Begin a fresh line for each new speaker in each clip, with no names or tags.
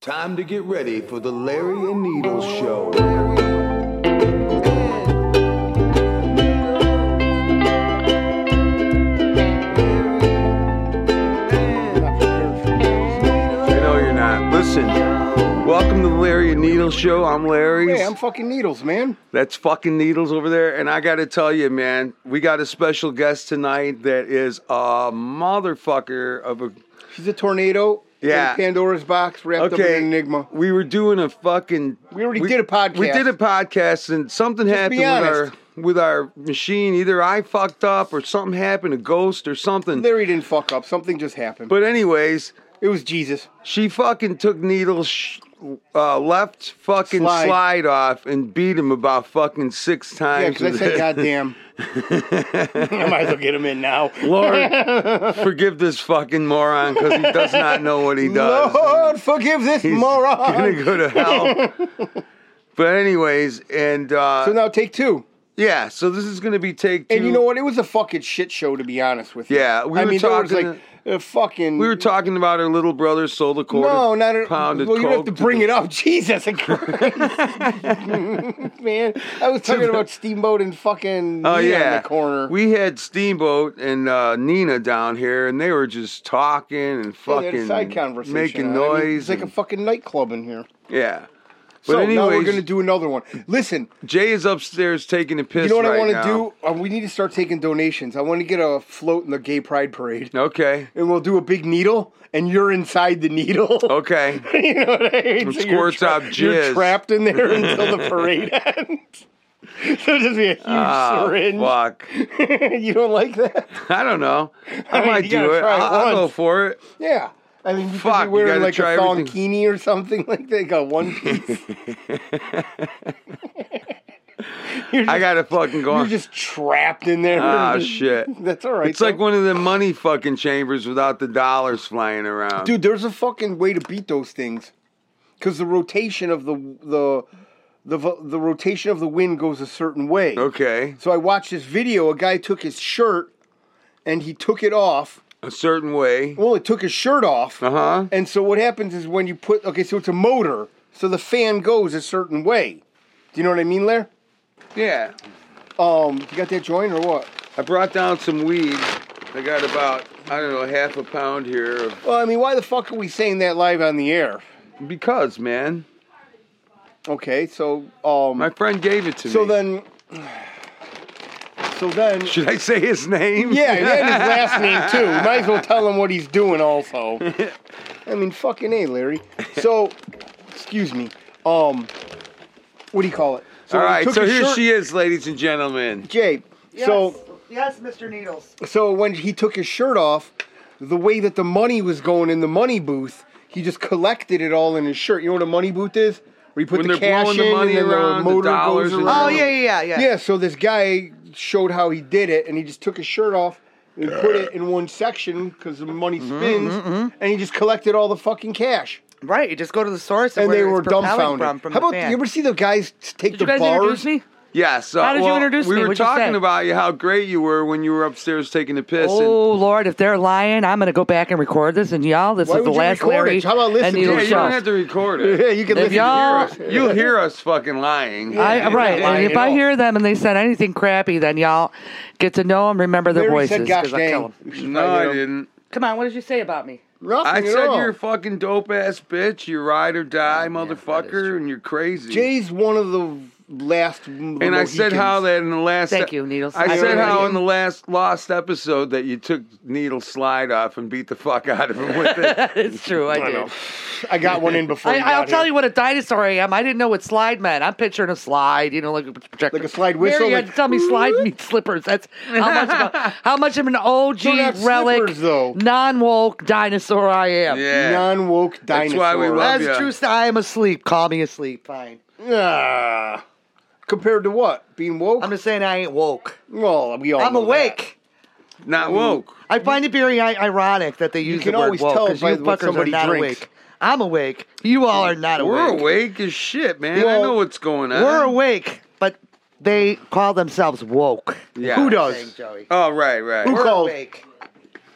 Time to get ready for the Larry and Needles show. I know you're not. Listen, welcome to the Larry and Needles show. I'm Larry's.
Hey, I'm fucking needles, man.
That's fucking needles over there. And I got to tell you, man, we got a special guest tonight that is a motherfucker of a
She's a tornado.
Yeah.
in Pandora's box wrapped up in
Okay.
an enigma.
We were doing a fucking.
We already did a podcast.
We did a podcast, and something happened
be
with our
honest.
with our machine. Either I fucked up, or something happened, a ghost, or something.
Larry didn't fuck up. Something just happened.
But anyways,
it was Jesus.
she fucking took Needle's sh- uh, left fucking slide.
Slide.
off and beat him about fucking six
Yeah,
times.
because I
with
said,
it.
goddamn. I might as well get him in now.
Lord, forgive this fucking moron because he does not know what he does.
Lord, forgive this
He's gonna
moron.
go to hell. but anyways, and uh,
So now take two.
Yeah, so this is going to be take two.
And you know what? It was a fucking shit show, to be honest with you.
Yeah, we
I
were
mean, there
talking-
was like a fucking.
we were talking about her little brother sold a quarter
no, not a,
pound of
Well, you don't have to
coke
bring it up, Jesus Christ, man! I was talking about Steamboat and fucking
Oh
Nina
yeah,
in the corner.
We had Steamboat and uh, Nina down here, and they were just talking and
Yeah, they had
fucking
a side conversation,
making
on it. I mean,
noise.
it's like a
and-
fucking nightclub in here.
yeah. But
so now we're
anyways,
gonna do another one. Listen,
Jay is upstairs taking a piss.
you know what I
right
want to do? Uh, we need to start taking donations. I want to get a float in the Gay Pride Parade,
now. Okay,
and we'll do a big needle, and you're inside the needle.
okay.
you know what I mean? So you're
squirts out jizz.
You're trapped in there until the parade ends. so it'll just be a huge
Ah,
syringe.
fuck.
you don't like that?
I don't know. I,
I mean,
might
you
do
gotta
it.
try it
I'll, I'll go
once.
for it.
Yeah. I mean, you
Fuck,
could
you
be wearing
gotta
like a
try everything.
thonkini or something like that, like a one piece. you're just,
I gotta fucking go.
you're
on.
just trapped in there.
Ah, shit.
That's all right.
It's like
though.
one of the money fucking chambers without the dollars flying around.
dude, there's a fucking way to beat those things, because the rotation of the the the vo- the rotation of the wind goes a certain way.
Okay.
So I watched this video. A guy took his shirt, and he took it off.
A certain way.
Well, it took his shirt off.
Uh huh.
And so what happens is when you put okay, so it's a motor, so the fan goes a certain way. Do you know what I mean, Lair?
Yeah.
Um, you got that joint or what?
I brought down some weed. I got about, I don't know, half a pound here. Of,
Well, I mean, why the fuck are we saying that live on the air?
because, man,
Okay, so um,
my friend gave it to
so
me.
then, so then,
Should I say his name?
yeah, and his last name too. We Might as well tell him what he's doing also. I mean, fucking a, Larry. So, excuse me. Um, what do you call it?
All
he
right.
took
So
his
here
shirt-
she is, ladies and gentlemen.
Jay.
Yes.
So.
yes, Mr. Needles.
So when he took his shirt off, the way that the money was going in the money booth, he just collected it all in his shirt. You know what a money booth is? Where you put
When
the
they're
cash
blowing the
in
money
and then
around, the
the motor
dollars
goes
and-
around.
Oh yeah, yeah, yeah.
Yeah, so this guy showed how he did it, and he just took his shirt off and put it in one section because the money
Mm-hmm,
spins, and he just collected all the fucking cash.
Right. You just go to the source
And
where
they
it's
were dumbfounded.
propelling From, from
how
the
about
fan.
you ever see the guys take
Did
the
you guys
bars?
introduce me?
Yeah. So
How did you
well,
introduce
we
me?
were
What'd you
talking
say?
about you, how great you were when you were upstairs taking a piss.
Oh Lord, if they're lying, I'm gonna go back and record this. And y'all, this
Why
is the
would you
last
record
Larry
it? How about listen
and
to
and,
it?
yeah,
Needles
you don't
show.
have to record it.
Yeah, you can
If
listen
y'all-
to
You'll hear us fucking lying.
I, right,
lying
and if
at
I
all.
hear them and they said anything crappy, then y'all get to know them, remember their
Larry
voices.
said, gosh
'cause I'll tell
dang.
'em.
You should
No,
probably
I
hit him.
didn't.
Come on, what did you say about me?
Nothing
I
at
said
all.
you're a fucking dope ass bitch. You ride or
Oh,
die, motherfucker, and you're crazy.
Jay's one of the last. And
and I said how that in the last.
Thank you, Needles.
I,
I
said
really
how
did.
in the last lost episode that you took Needle Slide off and beat the fuck out of him with it.
it's true, I did.
I got one in before.
I,
you
I'll
got
tell
here.
you what a dinosaur I am. I didn't know what slide meant. I'm picturing a slide, you know, like a projector.
Like a slide whistle,
Mary had
like-
to tell me slide means slippers. That's how much of a, how much of an OG
They're not
relic,
slippers, though.
non woke dinosaur I am.
Yeah.
Non woke
That's
dinosaur.
why we love
That's
you.
true. st- I am asleep. Call me asleep. Fine.
Ah. compared to what? Being woke?
I'm just saying I ain't woke.
Oh, well, we all.
I'm
know that.
awake.
Not woke.
I find it very I- ironic that they use
can
the word
always
woke
tell
'cause
by
you
what
fuckers are
somebody
not
drinks.
awake. I'm awake. You all are not
We're
awake.
awake as shit, man. I
Well,
know what's going on.
We're awake, but they call themselves woke.
Yeah.
Who does?
Saying, Joey.
Oh right, right.
Who
We're
called-
awake.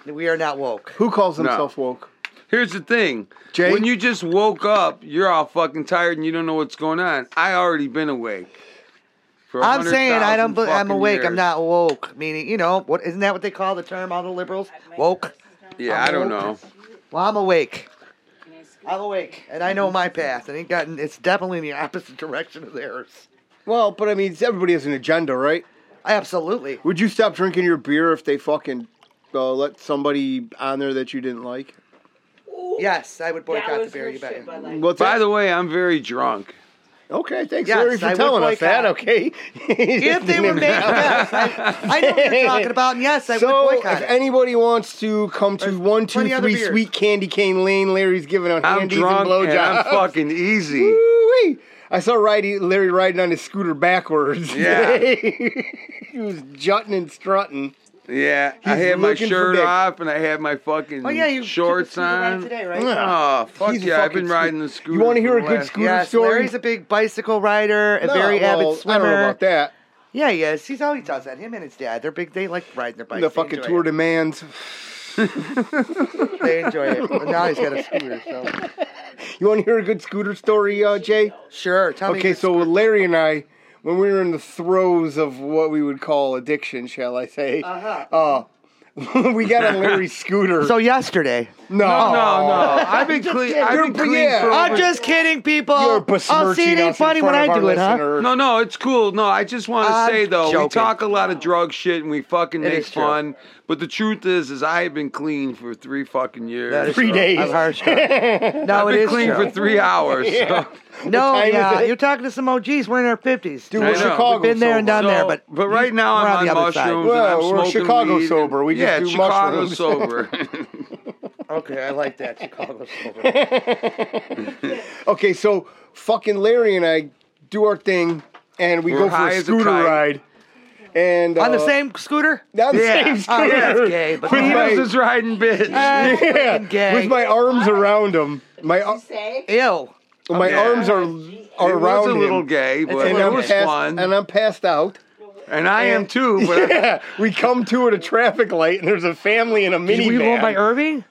We are not woke.
Who calls himself woke?
Here's the thing.
Jay?
When you just woke up, you're all fucking tired and you don't know what's going on. I already been awake. for
I'm saying I
100,000
don't. bel- I'm
fucking
awake. I'm
years.
not woke. Meaning, you know, what isn't that what they call the term? All the liberals woke.
Yeah,
I'm
I don't know.
woke. Well, I'm awake. I'm awake, and I know my path. It ain't gotten. It's definitely in the opposite direction of theirs.
Well, but I mean, it's- everybody has an agenda, right?
Absolutely.
Would you stop drinking your beer if they fucking uh, let somebody on there that you didn't like?
Yes, I would boycott the
was
beer.
her
You bet.
shit, but like-
What's
By
that?
the way, I'm very drunk.
okay, thanks,
Yes,
Larry, for
I would
telling us
boycott.
that. Okay,
If they were making, yes, I, I know what you're talking about. And yes, I
so,
would boycott.
if
it.
anybody wants to come to one two
plenty other
three
beers.
Sweet Candy Cane Lane, Larry's giving out
I'm
handies
drunk
and
and I'm
blowjobs.
fucking easy.
Woo-wee. I saw riding, Larry riding on his scooter backwards.
Yeah.
today. he was jutting and strutting.
Yeah, I
He's
had my
looking for
shirt
dick.
off and I had my fucking
Oh yeah, you took a
shorts
scooter ride
on.
today, right?
Oh fuck
He's a
yeah! I've
fucking
been
scoo-
riding the
You
scooter.
wanna hear
for
a
the
good
last-
scooter?
Yes,
story?
Larry's a big bicycle rider, a very
No, well,
avid swimmer.
I don't know about that.
Yeah, he is. He's always does that. Him and his dad, they're big. They like riding their bikes.
the
They
fucking
enjoy
tour
it.
demands.
They enjoy it. But now he's got a scooter. So
You want to hear a good scooter story, uh, Jay?
sure. Tell me.
Okay, so Larry and I, when we were in the throes of what we would call addiction, shall I say, uh-huh. we got on Larry's scooter.
so yesterday.
no,
No,
Oh.
no, I've been clean. I've been
You're-
clean
yeah.
for
I'm
over
just kidding, people.
You're
oh, see,
besmirching
it ain't
us
funny
in
when
front of
I
our
do it, huh?
listener.
No, no, it's cool. No, I just want to
I'm
say though, we
joking.
talk a lot of drug shit and we fucking make
is true.
fun. But the truth is, is I have been clean for three fucking years.
That is
Three
true.
days.
I'm harsh. no,
I've
it
been
is
clean
true.
for three hours. so-
No,
What time is
yeah,
it?
you're talking to some OGs. We're in our fifties.
Dude,
I
we're
know.
Chicago.
We've been there and
sober.
done there, but
right now
we're on
I'm
the
on,
other side.
mushrooms and
Well,
I'm
we're
smoking
Chicago
weed and-
sober. We just
yeah,
do
Chicago
mushrooms.
sober.
okay, I like that Chicago sober.
Okay, so fucking Larry and I do our thing, and we
We're
go for
high
a
as a
scooter
kite.
ride. And
on the
uh,
same scooter.
on the
Yeah.
same
Oh,
scooter.
that's gay, but
With
he
my-
knows his riding bitch.
yeah,
fucking gay.
with my arms around him. My ar-
Say,
Ew.
my
Yeah.
arms are are
it
around
was a little
him.
gay, but
And
it
I'm,
was
passed,
fun.
and I'm passed out.
And I am too, but I-
Yeah, we come to at a traffic light, and there's a family in a
Did we roll by
minivan.
Irving?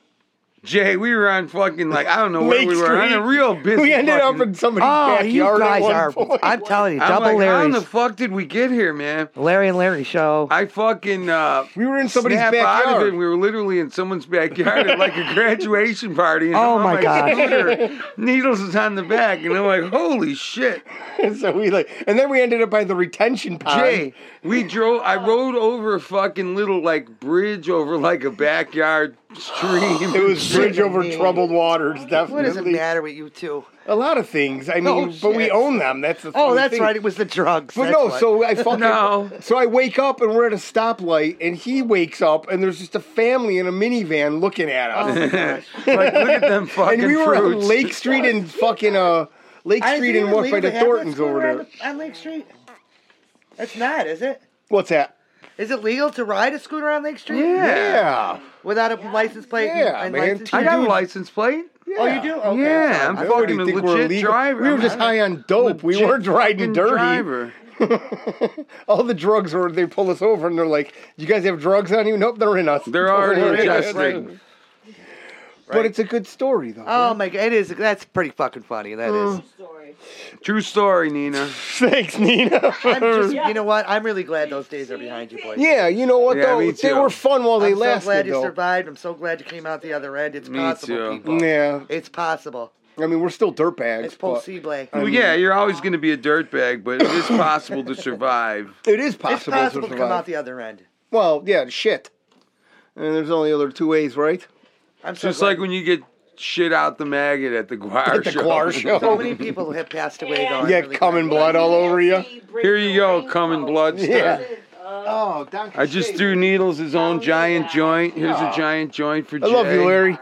Jay, we were on fucking like I don't know where
Lake
we were on a
Street.
real busy.
We ended up
fucking-
in somebody's
Oh, you
backyard at
guys
one
are.
point.
I'm telling you,
I'm
double
like, how in
Larry's.
the fuck did we get here, man?
Larry and Larry show.
I fucking uh,
we were in somebody's
snap out of it.
backyard.
and We were literally in someone's backyard at like a graduation party. And
Oh
I'm on
my gosh.
scooter, Needles is on the back, and I'm like, holy shit,
so we like, and then we ended up by the retention pond.
Jay. We drove. I rode over a fucking little like bridge over like a backyard stream.
It was bridge over
me.
troubled waters, definitely.
what does it matter with you two?
A lot of things. I mean,
Oh,
but we
shit.
own them. That's the.
Oh,
funny
that's
thing.
right. It was the drugs.
But
that's
no,
what.
so I fucking
No.
so I wake up and we're at a stoplight, and he wakes up, and there's just a family in a minivan looking at
Oh
us,
my gosh.
like, look at them fucking
and we were on
fruits.
Lake Street and fucking uh Lake Street and what by the Thorntons over there.
On, Lake Street? That's not, is it?
What's that?
Is it legal to ride a scooter on Lake Street?
Yeah,
Without a license plate? and-
Yeah,
and
man.
license
I
plate?
got
Dude.
a license plate.
Oh, you do? Okay.
Yeah, I'm
I already
fucking a
think we're
legit
illegal.
driver.
We were just
I'm
high on dope. We weren't
Fucking
riding dirty.
driver.
All the drugs were. They pull us over and they're like, "You guys have drugs on you?" Nope, they're in us.
They're already
in us.
adjusting.
But it's a good story though.
Oh my god, it is. That's pretty fucking funny. That is.
story.
True story, Nina.
Thanks, Nina.
I'm just, you know what? I'm really glad those days are behind you, boys.
Yeah, you know what
Yeah,
though?
me
They
too.
were fun while they
I'm
lasted
so glad you
though.
survived. I'm so glad you came out the other end. It's
Me
possible,
too.
people.
Yeah,
It's possible.
I mean we're still dirtbags.
It's
but
possible.
Well, yeah, you're always going to be a dirtbag, but it is possible to survive.
It is
It's
possible,
possible
to
to come
survive.
out the other end.
well, yeah, shit. And there's only other two ways, right?
I'm so
Just
glad.
like when you get shit out the maggot at the Guar
At the
show.
Guar show.
so many people have passed away though. I'm
yeah,
really
cum
glad.
and blood all over you.
Here you go, coming blood stuff.
Yeah.
Uh,
Oh, Doc.
I just threw Needles his own giant joint. Here's a
Aw.
giant joint for Jay.
I love you, Larry.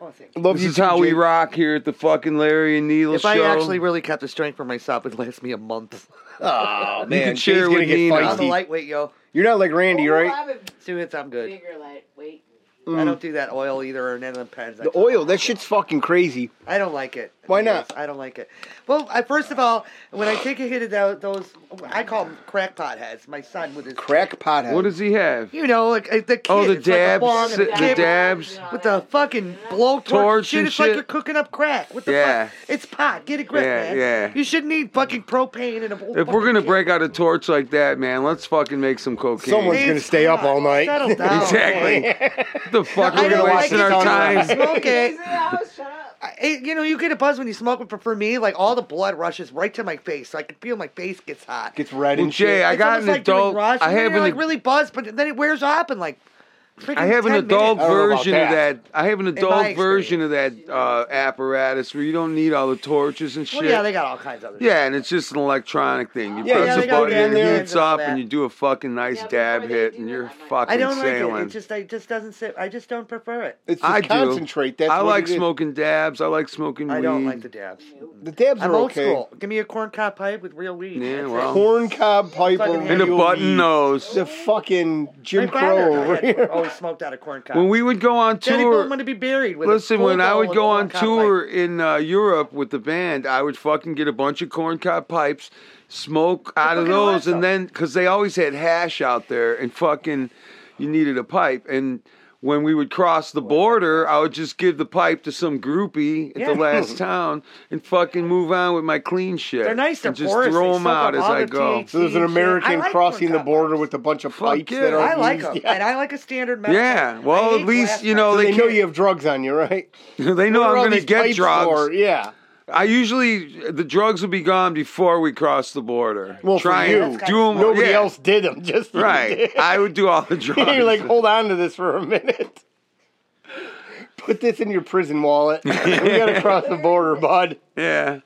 Oh, thank you.
Love
This
you
is
too,
how
Jay.
we rock here at the fucking Larry and Needles
If
show.
I actually really kept a string for myself, it'd last me a month.
Oh, man.
can
Jay's
share
gonna
with
get
Nina.
I'm a
feisty.
lightweight, yo.
You're not like Randy,
oh,
right?
I'm a
See, it's I'm good.
bigger light. Wait.
Mm.
I don't do that oil either or none of them pens. I
The
don't
oil,
like
that shit's fucking crazy.
it. I don't like it.
Why
It is.
not?
I don't like it. Well, I, first of all, when I take a hit of tho- those, I call them crackpot heads. My son with his
Crack pothead.
What does he have?
You know, like uh, the kid.
Oh, the
it's like a
dabs,
bong and a
the
kid
dabs.
with the fucking blowtorch
Torch
and shit.
and
It's like
shit.
you're cooking up crack. What the
Yeah.
fuck? It's pot. Get a grip,
Yeah,
man.
yeah.
You shouldn't need fucking propane and a whole.
If we're
fucking
gonna
kit.
break out a torch like that, man, let's fucking make some cocaine.
Someone's gonna
It's
stay up
hot.
all night.
Settle down,
Exactly.
man.
What the fuck
I
we're
don't
gonna
like
wasting
it.
our time.
Smoke it.
shut up.
I- it- You know, you get a buzz when you smoke, but for me, like all the blood rushes right to my face. So I can feel my face gets hot.
Gets red
Well,
and
Jay,
shit.
I
It's
got
almost
an
like doing
adult-
rush,
I
and then
have
you're,
an
like
ad-
really buzzed, but then it wears off in like. freaking
I have an
10
adult
I
minutes.
don't know about
version of
that.
that. I have an
my
adult version of that uh, apparatus where you don't need all the torches and shit.
Well, yeah, they got all kinds of. Other
Yeah, and it's just an electronic thing. You
Yeah,
press
yeah,
a
they got
button and
down
it
there.
heats up,
Yeah.
and you do a fucking nice
Yeah,
dab
before they
hit,
do
and
that,
you're
I'm like-
fucking
I don't
sailing.
like it. It just, I just doesn't sit. I just don't prefer it.
It's just
I do.
concentrate. That's
I
what
like
it is.
smoking dabs. I like smoking
I
weed.
don't like the dabs.
The dabs
I'm
are
old
okay.
school. Give me a corn cob pipe with real weed.
Yeah,
That's it.
well.
Corn cob pipe
Fucking
or
hate
and a
real
button
E.
uh,
weed.
nose.
The fucking
My
Jim
father
Crow over
had-
here.
always smoked out of corn cob.
When we would go on
Daddy Bone
tour,
wanted to be buried with. a
listen,
full
when I
bowl
would
of
go
corn
on
cob
tour
pipe.
in uh, Europe with the band, I would fucking get a bunch of corn cob pipes, smoke out of
fucking
those,
awesome.
and then because they always had hash out there, and fucking you needed a pipe and. When we would cross the border, I would just give the pipe to some groupie at
Yeah.
the last town and fucking move on with my clean shit.
they're nice. They're
and just
porous. They
throw them
soak
out
up
as
all
I
the
go.
THC
So there's an
and shit. I
American
like
crossing
corn
the
cob
border
pipes.
with a bunch of
Fuck
pipes
yeah.
that are
I like
used.
them,
Yeah.
and I like a standard. Medical.
Yeah,
I
well,
hate
at least
glass
you know
So
they,
they know
can't-
you have drugs on you, right?
they know
What are
I'm
all
going to
these
get
pipes
drugs.
for? Yeah.
I usually the drugs will be gone before we cross the border.
Well, for
try
you.
and
That's
do them.
Nobody else did them. Just you
right?
did.
I would do all the drugs.
You're like, hold on to this for a minute. Put this in your prison wallet. we gotta cross the border, bud.
yeah,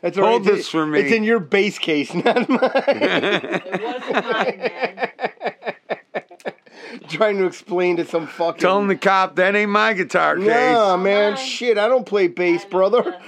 That's
Hold
all right. It's-
this for me.
It's in your base case, not mine.
It wasn't mine, man.
Trying to explain to some fucking.
telling the cop that ain't my guitar case.
Nah, man,
Mine.
shit, I don't play bass, brother.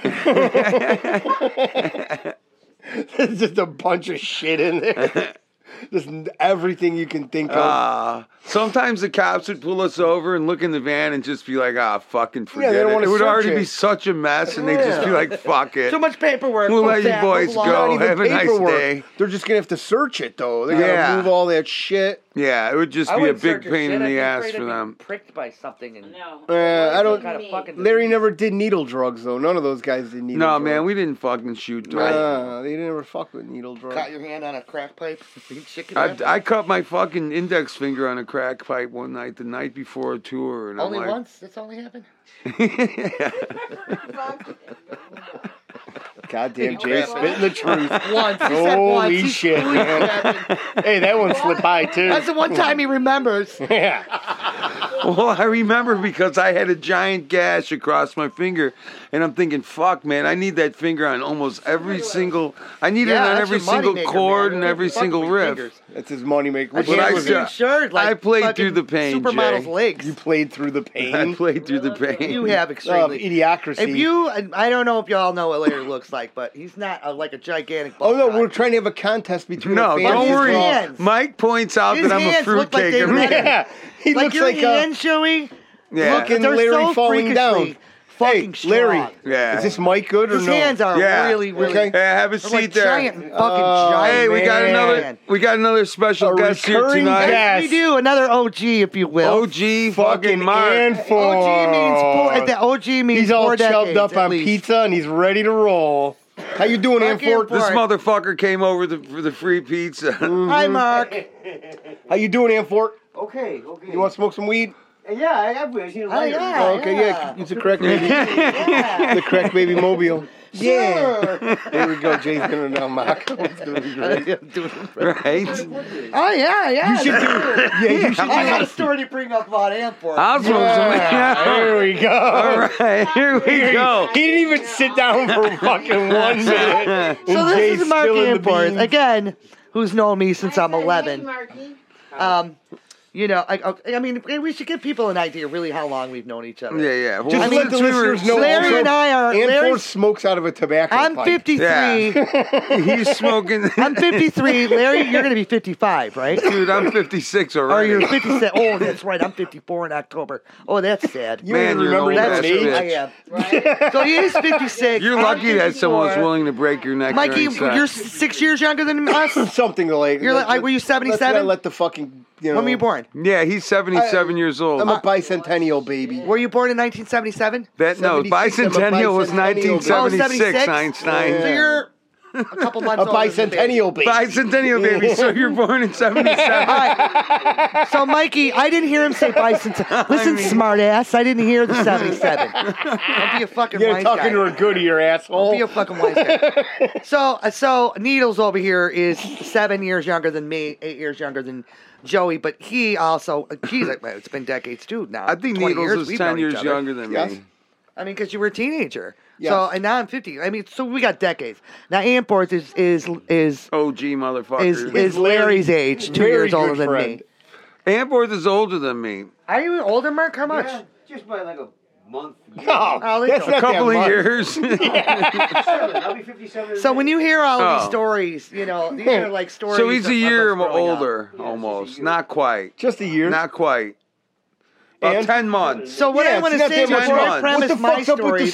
There's just a bunch of shit in there. Just everything you can think of.
Uh, sometimes the cops would pull us over and look in the van and just be like, "Ah, fucking forget
they don't
it."
wanna
It would
search
already
it.
be such a mess, and they'd just be like, "Fuck it."
Too much paperwork.
We'll
Fuck
let you
that.
boys
Blah,
go.
blah,
Not
blah.
even
have a nice
paperwork.
day.
They're just gonna have to search it though. They gotta
Yeah.
move all that shit.
yeah, it would just
I
be a
wouldn't
big
search your
pain
shit.
in
I'd be
the ass
afraid
for
I'd be
them.
Pricked by something and
No.
Uh, I don't-
kind of fucking.
Larry never did needle drugs though. None of those guys did needle
No,
drugs.
man, we didn't fucking shoot. dogs.
Nah, they never fuck with needle drugs.
Caught your hand on a crack pipe. Chicken
I, I cut my fucking index finger on a crack pipe one night, the night before a tour, and
only
I'm like,
once. That's only happened.
Goddamn Jay
Crack.
spitting the truth.
Once. He said once.
Holy
He-
shit, man. hey, that one slipped by too.
That's the one time he remembers.
yeah.
Well, I remember because I had a giant gash across my finger, and I'm thinking, "Fuck, man, I need that finger on almost every single. I need
Yeah,
it on
that's
every
your money
single
maker,
chord
man.
and
Don't
every
fuck
single
with
riff."
fingers.
That's his moneymaker.
I
Which
But
hand
I
was
can't
it?
still-
even shirt. Like
I played through
fucking
the pain,
Supermodel's
Jay.
legs.
You
You,
played through the
I
pain
played through the pain.
have
of
extremely.
idiocracy.
if you, and I don't know if y'all know what Larry looks like, but he's not a, like a gigantic.
oh
bald
no,
guy.
we're trying to have a contest between.
no,
our fans.
don't
his
worry.
hands.
Mike points out
His
that I'm a
hands look like
fruitcake.
they
I'm
were-
like,
Yeah, he
like
looks
your
like uh, a.
hands, Joey.
yeah,
Look at- And
They're
Larry
so
falling
freakishly
down.
Fucking
hey, Larry.
strong.
Yeah.
Is this mic good or
His
no?
hands are
Yeah.
really, really.
Okay.
Hey, have a
they're
seat
like
there.
giant, fucking
Oh,
giant.
Hey, we got
man.
another. We got another special
A
guest here
recurring
tonight.
guest.
Yes, we do another OG, if you will.
OG
fucking
fucking Mark.
and for.
OG means four. The OG means
He's all
four
chubbed
decades,
up
at
on
least.
pizza and he's ready to roll. How you doing,
Fuck
Anfort?
Anfort.
This
Right.
motherfucker came over the, for the free pizza.
Hi, Mark.
How you doing, Anfort?
Okay, okay.
You want to smoke some weed?
yeah, I have wish. You know,
Oh,
later.
yeah.
Oh, okay, yeah. It's a crack baby. The crack baby mobile. Yeah. There we go. Jay's gonna now mock. It's gonna be great.
right?
Oh yeah, yeah.
You should do. Yeah, you should do.
I got a story to bring up about Antwerp.
I'll smoke
Yeah,
some.
there we go.
All right, here we go.
He didn't even sit down for fucking one minute.
so
And
this
Jay's
is Mark
spilling the
Antwerp
beans.
again, who's known me since I'm
I said, "Hey,
11.
Marky."
Um, You know, I, I- I mean, we should give people an idea really how long we've known each other.
Yeah, yeah. Well,
Just
I mean,
let the listeners know.
Larry
also,
and I are-
Ann
Larry-
Force smokes out of a tobacco
I'm
pipe.
53.
he's smoking.
I'm 53. Larry, you're going to be 55, right?
dude, I'm 56
Or
already.
you're 57. Oh, that's right. I'm 54 in October. Oh, that's sad.
You don't
Man,
even
you're an
remember
old
your
ass
age.
bitch.
I am.
Right?
So he is 56.
You're
I'm
lucky that someone's
54.
willing to break your neck.
Mikey,
during sex.
you're six years younger than us.
Something like.
You're like-
let's-
were you
let's not
77?
Let the fucking. You know,
When were you born?
Yeah, he's 77 years old.
I'm a bicentennial baby.
Were you born in 1977?
that no,
76, I'm a
bicentennial was
bicentennial,
baby.
1976.
Oh,
Einstein.
So
Yeah.
you're a couple months
A
older than me.
bicentennial baby.
Bicentennial baby. So you're born in 77.
All right. So, Mikey, I didn't hear him say bicentennial. Listen, smartass, I didn't hear the 77. Don't be a fucking
You're
wise guy.
talking to her good ear, asshole.
Be a fucking wise guy. so, uh, so Needles over here is seven years younger than me, eight years younger than Joey, but he also, uh, geez, like, it's been decades too now.
I think
20
Needles
years,
is
we've
10
known each
years
other.
younger than
Yes.
me.
I mean, because you were a teenager.
Yes.
So, and now I'm 50. I mean, so we got decades. Now, Amporth is, is, is,
OG
is,
motherfucker.
is Larry's age, two
Very
years
good
older than me.
friend.
Amporth is older than me.
Are you older, Mark? How much?
Yeah, just by like a month.
No,
Oh, they
that's
don't.
not
A couple of
that much.
years.
Seven. I'll be 57. in
So
May.
when you hear all of these
Oh.
stories, you know these are like stories.
so he's
of-
a
of
year
us growing up.
older,
Yeah,
almost.
he's a year.
Not quite.
Just a year.
Not quite. About
And-
10 months.
So what
Yeah,
I
it's
want to
not
say
that
was
much
I
fun.
premise
What the
my uh,
fuck's up with the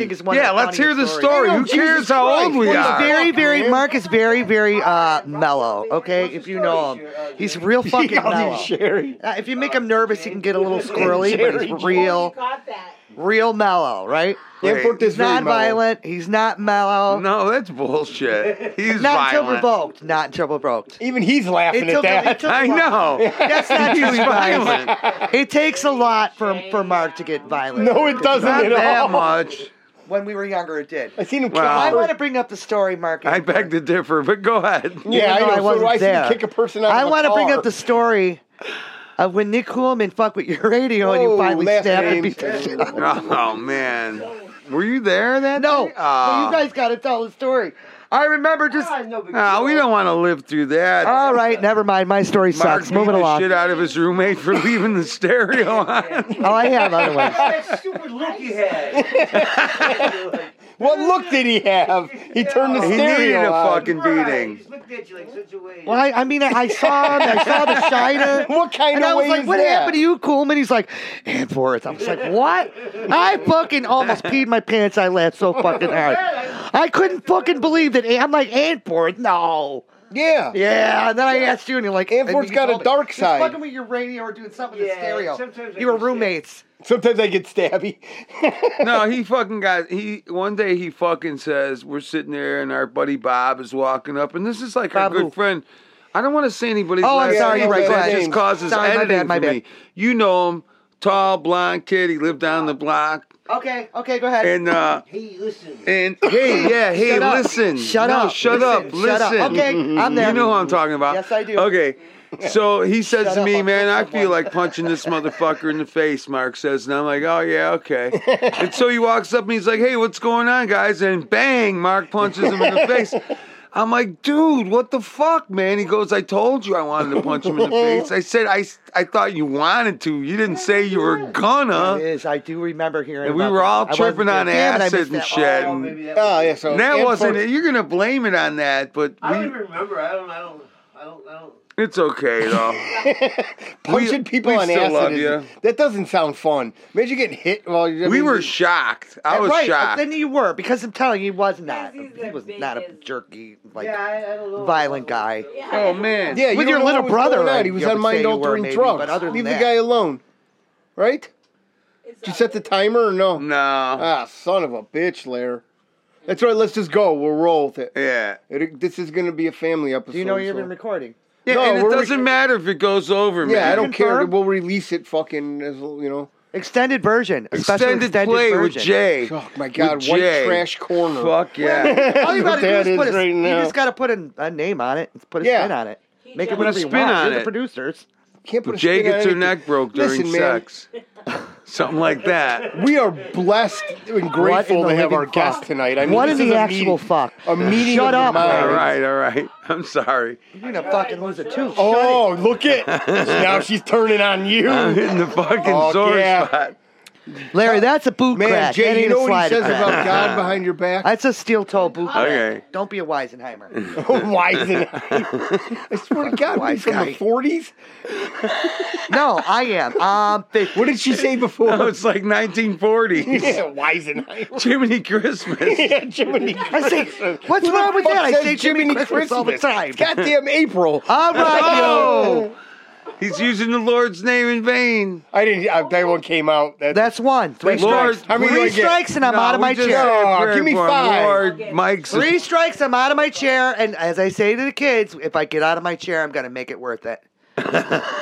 story.
story?
Yeah, let's hear the story.
stories.
Who
Jesus
cares how
Christ,
old we
what the
are?
fuck?
Very, very.
man.
Mark is very, very uh, mellow. Okay, if you know him, he's real fucking
Yeah, I'll do
mellow.
Sherry.
Uh, if you make him nervous, he can get a little squirrely, but
Jerry.
he's real,
You got that.
real mellow, right?
Wait,
Airport is
He's
very mellow.
non-violent. He's not mellow.
No, that's bullshit. He's
Not until
violent.
provoked. Not until provoked.
Even he's laughing
Until-
at that.
until-
I know.
That's not true,
He's
you guys.
violent.
It takes a lot for for Mark to get violent.
no, it doesn't
Not
at all.
that much.
When we were younger, it did.
I seen him.
Well,
I
kick a
want to
person.
bring up the story, Mark.
I beg to differ, but go ahead.
Yeah, I
even though
know.
I
so do
wasn't
I see
there.
him kick a person out
I
of a
want to bring
car.
up the story of when Nick Coolman fucked with your radio and you
Oh,
finally
last
stabbed and
name.
beat the shit out of him.
Oh man, were you there that
No,
day? Ah.
so
Aw.
you guys got to tell the story. I remember just.
Ah, no big
Aw,
deal.
we don't want to live through that.
All right, never mind. My story
Mark
sucks.
beat
Moving
the
along.
shit out of his roommate for leaving the stereo on.
Oh, I have otherwise.
That stupid look he had.
What look did he have? He turned the
He
stereo
needed a
on.
fucking
Right, he
beating.
just looked at you like such a way.
Well, I, I mean, I, I saw him. I saw the shiner.
What kind
And
of
I was
way
like,
is
what
that?
happened to you, Coolman? He's like, and forth. I was like, what? I fucking almost peed my pants. I laughed so fucking hard. I couldn't fucking believe that. I'm like, and forth? No.
Yeah.
Yeah. And then I asked you, and you're like,
And forth's
you
got a
told me,
dark
"Just
side."
fucking with your radio or doing something with the
Yeah,
stereo.
sometimes I
You were
do shit.
roommates.
Sometimes I get stabby.
No, he fucking got he. One day he fucking says we're sitting there and our buddy Bob is walking up, and this is like
Bob
our good
who?
friend. I don't want to say anybody's
Oh, I'm
last
sorry,
name,
you're right,
because
go
It
ahead.
just causes
Sorry, my
editing
bad, my
for me.
bad.
You know him, tall blonde kid. He lived down the block,
Okay. Okay. Go ahead.
and uh,
Hey, listen.
And hey, yeah, hey,
Shut up.
listen.
Shut
No,
up.
Shut up.
Listen, shut up.
Listen. Mm-hmm,
Okay, I'm there.
You know who I'm talking about.
Yes, I do.
Okay. So he says
Shut
to
up,
me,
I'll
man,
kill
I feel
someone."
like punching this motherfucker in the face, Mark says. And I'm like, oh, yeah, okay. and so he walks up and he's like, hey, what's going on, guys? And bang, Mark punches him in the face. I'm like, dude, what the fuck, man? He goes, I told you I wanted to punch him in the face. I said, I, I thought you wanted to. You didn't say you were
It
gonna.
is. I do remember hearing.
uh, And we
about
were
that.
all
I wasn't
tripping
there.
on
Damn it, I
acid
missed
and
that.
shit.
Oh,
and-
maybe that
Oh,
was-
yeah, so.
and that
and
wasn't
forth-
it. You're gonna blame it on that, but
I don't
we,
even remember. I don't. I don't. I don't. I don't.
it's okay though.
Punching
We-
people
we
on
still
acid.
love
is-
you.
That doesn't sound fun. Imagine getting hit while you're. I
we
mean,
were shocked. I was
right,
shocked.
Then you were because I'm telling you, he was not.
Because he's
He
the
was not a
biggest-
jerky like
yeah, I, I don't know.
violent guy.
Yeah.
oh man.
Yeah, you
With
don't
your
know
little
what was going
brother, I-
on. He was
you would
on
say
mind
you were,
altering
maybe,
drugs.
but other than
Leave
that-
the guy alone. Right?
It's
Did you
all
set the timer or no?
Mm.
No.
Ah, son of a bitch, Lair. That's right. Let's just go. We'll roll with it.
Yeah.
It- this is going to be a family episode.
Do you know you've
so-
been recording?
Yeah,
No,
and it
we're-
doesn't matter if it goes over, man.
Yeah, I don't care.
Confirm?
We'll release it. Fucking, as you know.
Extended version, a special
Extended, play
version.
with Jay.
Oh my God!
With
White
Jay.
trash corner.
Fuck yeah.
All you
What
gotta do
that
is put
is
a,
right
you
now.
just gotta put a, a name on it, put a
Yeah.
spin on it,
He
make it
jumped.
whatever
a
you
spin
want.
on
You're
it.
the producers.
Can't put
But
a
Jay
spin
gets
on
her
it.
neck broke during
Listen, man,
sex. something like that.
We are blessed and grateful
the
to have
living
our guest
fuck?
tonight. I mean,
What
this
in
is
the
a
actual
meeting-
fuck?
A meeting
Shut
of
up,
the
All
minds.
right, all right. I'm sorry.
You're gonna fucking lose it too.
Oh, look it! now she's turning on you.
I'm hitting the fucking
Oh,
sore
yeah.
spot.
Larry, that's a boot
Man,
crack. That
Jay, you
ain't
know
a
what he
slide
says
crack.
about God behind your back?
That's a steel toe boot crack.
Okay.
Don't be a Weisenheimer.
Weisenheimer. I swear to God, we
Wise
from
guy.
the forties.
no, I am. Um, fifty.
What did she say before?
Oh, it's like 1940s.
yeah, Weisenheimer.
Jiminy Christmas.
yeah, Jiminy.
I say, what's wrong with that? I say Jiminy Christmas, all the time.
Goddamn April.
All right, yo.
Oh! He's using the Lord's name in vain.
I didn't. I, that one came out. That's,
That's one. Three
Lord,
strikes.
How many do I
Three
get?
strikes and I'm
No,
out of
we
my
just
chair.
said a
Oh,
prayer
give me
for him.
five.
Lord, Mike's
Three strikes, I'm out of my chair. And as I say to the kids, if I get out of my chair, I'm gonna make it worth it.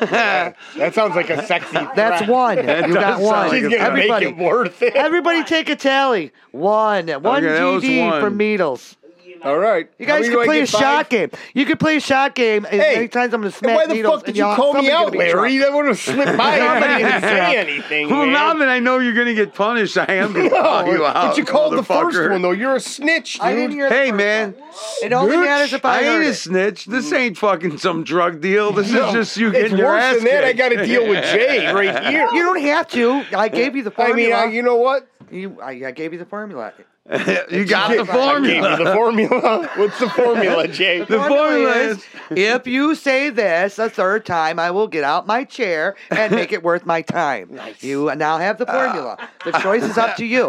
that sounds like a sexy.
That's
threat.
one. you
does
got
sound
one.
like
She's gonna
Everybody,
make it worth it.
everybody, take a tally. One. One
that was
GD
one.
for Meadles.
All right.
You guys can play a shot game. You can play a shot game. As
Hey,
many times I'm gonna
And
smack
why the
Needles
fuck did
and
you
y'all-
call me
somebody's gonna
out,
be
Larry?
drunk.
That would have slipped by. Somebody didn't say anything.
Well,
man.
now that I know you're going to get punished, I am going to call Oh, you out.
But you called the first
motherfucker.
one though. You're a snitch, dude.
I didn't hear the
Hey,
first
man.
one. It only
Snitch.
matters if
I
I, heard
ain't a
it.
snitch. This ain't fucking some drug deal. This
No,
is just you
Mm. It's
getting your
worse
ass
than that. I
kicked.
got to deal with Jay right here.
You don't have to. I gave you the
I
formula.
mean, I, you know what?
You- I, I gave you the formula.
you got the
I gave you
formula.
the formula. What's the formula, Jay?
The formula
is, if you say this a third time, I will get out my chair and make it worth my time. You now have the formula. the choice is up to you.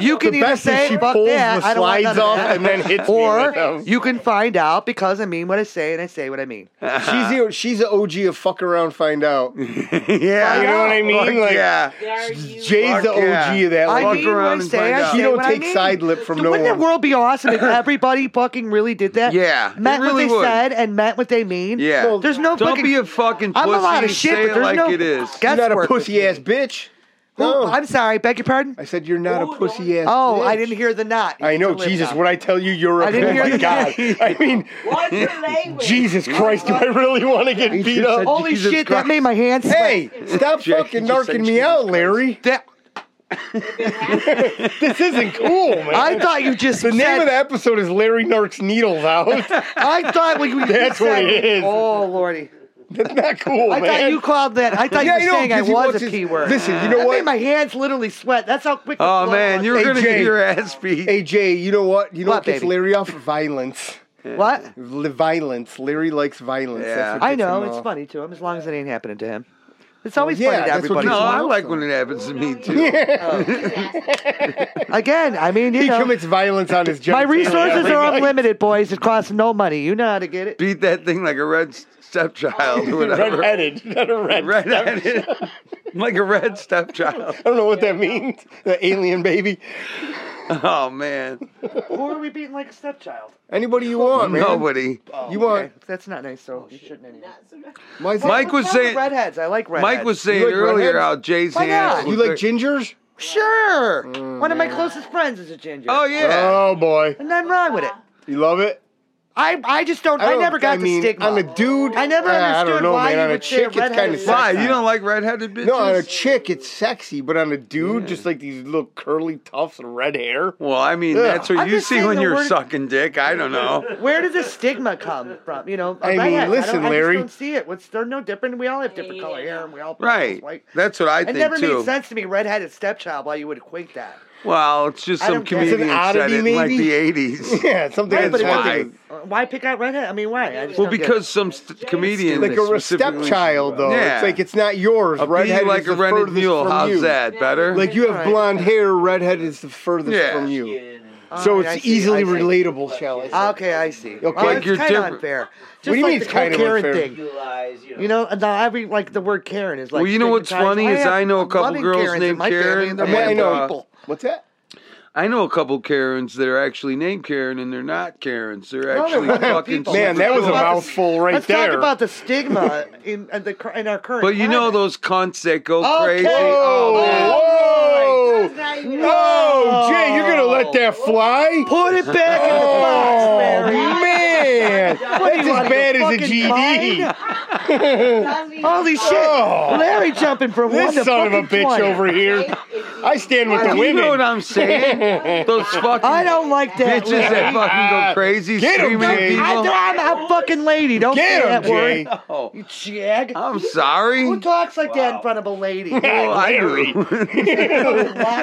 You can either
best
say
is she
fuck
pulls
that,
the
I don't want none
slides
of
off
that,"
and then hits me with
or
them.
you can find out because I mean what I say and I say what I mean.
She's the, she's the OG of fuck around, find out. You
yeah.
know what I mean?
Fuck
like
yeah.
There you
Jay's the
Fuck
OG
yeah.
of that.
Walk
I
one.
mean what I
around and
say.
find
I
out.
say
she don't
what I
take
mean.
side lip from
So
no
wouldn't
one.
the world be awesome if everybody fucking really did that?
Yeah, it
meant
really
what they
would.
said and meant what they mean.
Yeah.
Well,
there's no
Don't
fucking.
be a fucking pussy.
I'm a lot of shit,
Say
but
it
there's
like
no
it is.
guesswork.
You're not a
with
pussy
me.
ass bitch.
Who-
No.
I'm sorry. Beg your pardon.
I said you're not a pussy ass.
Oh, I didn't hear the knot.
I know,
It's a lip
Jesus.
knot.
When I tell you you're a
I didn't
oh
hear
my
the-
God. I mean,
What's your language?
Jesus Christ, do I really want to get beat
just
up? Oh,
said
Holy
Jesus
shit!
Christ.
That made my hands.
Hey, stop
Jay,
fucking
you just said
narking me
Jesus
out, Larry.
That,
This isn't cool, man.
I thought you just
the
said.
name of the episode is Larry Narks Needles Out.
I thought what you
That's what
said,
it is.
Oh lordy!
That's not cool,
I
man.
thought you called that. I thought
Yeah, I
you
know,
were saying I
'cause he wants
was a
his-
p word.
listen, you know
That
what?
Made my hands literally sweat. That's how quick. the
Oh
flow
man,
was.
you're
Hey,
gonna
Jay.
get your ass beat.
AJ, you know what? You know
What,
what, gets
baby?
Larry off? Violence.
what?
L- violence. Larry likes violence.
Yeah.
That's what
I
gets
know
him
it's
off.
funny to him as long as it ain't happening to him. It's always
uh, yeah,
funny to
that's what
everybody.
no,
he's
I
awesome.
like when it happens to me too.
Oh. Again, I mean, you
He
know,
commits violence on his
my
genitalia
resources
every
are
night.
unlimited, boys. It costs no money. You know how to get it.
Beat that thing like a red stepchild or whatever.
Red-headed, not a red.
Red-headed. like a red stepchild.
I don't know what that means. The alien baby.
Oh man,
Or are we beating like a stepchild?
Anybody you want, man.
nobody.
You want?
That's not nice. So you shouldn't anyway.
Why is
Mike
that-
was
What's wrong with
saying.
redheads. I like redheads.
Mike was saying
You like
earlier
redheads?
how Jay's
Why
hands.
not?
You
look
like gingers?
sure. One of my closest friends is a ginger.
Oh yeah.
Oh boy,
and nothing wrong with it.
you love it.
I I just don't. I,
don't-
never got
I mean,
the stigma.
On a dude,
I never
uh, I
understood
don't know,
why
man.
you
On a
would say
chick, it's kind of
redheaded.
Why
sexy.
you don't like redheaded bitches?
No, on a chick, it's sexy, but on a dude, just like these little curly tufts and red hair.
well, I mean,
Ugh.
that's what
I'm
you
just
see
saying
when
the
you're
word-
sucking dick. I don't know.
Where does the stigma come from? You know,
I mean,
redheads, don't-
listen,
I just
Larry.
don't see it. What's they're no different. We all have different color hair, and we all
Right.
White.
That's what I
It
think
never
too.
made sense to me, redheaded stepchild, why you would equate that.
Well, it's just
I
some
don't guess. It's an
comedian said
oddity,
it in like
maybe?
the '80s.
Yeah, something
Right,
that's
but it
not
why.
like-
Uh, Why pick out redhead? I mean, why? I just
Well,
don't get
because some st- comedian
like a
specifically-
stepchild, though.
Yeah.
It's like it's not yours.
A bee
Redhead
like
is
a
the
rented
furthest
mule.
from
How's
you.
that better?
Like you have
Right.
blonde hair. Redhead is the furthest
Yeah.
from you.
it.
So
Alright,
it's
I see,
easily
I see.
relatable, shall I say?
Okay, I see. Okay,
Like
it's
you're
kind of
different.
unfair. Just
do you
like
mean
the
it's
whole
kinda
Karen
unfair?
thing. You know, and now every like the word Karen is like.
Well, you know what's
stigmatized.
funny is
have
I know a couple
loving
girls
Karens in
named
my family,
Karen,
and they're
and,
wonderful
uh,
people.
What's that?
I know a couple Karens that are actually named Karen, and they're not Karens. They're
No, they're
actually
wonderful
fucking.
people.
Man,
super
that was a
cool.
Let's talk
mouthful right
Oh, Let's
there.
talk about the stigma in in, the, cur- in our current.
But you know
climate.
those cunts that go
Okay.
crazy.
Whoa!
Oh, man.
Whoa! Oh, Jay, you're gonna let that fly?
Put it back in the box,
Oh
Larry.
man, that's
you
as
out of
bad
your
as a
fucking
GD.
mind? Holy shit!
Oh.
Larry jumping from one to
This son of a
fucking
bitch
20.
over here. I stand with the
You know what
women.
I'm saying? Those fucking
I don't like that.
bitches that
Larry.
fucking go crazy
Get 'em,
screaming
Jay.
I,
at people.
am a fucking lady. Don't say
Get
that
him, Jay.
word. You jag.
I'm sorry.
Who talks like that in front of a lady?
I do.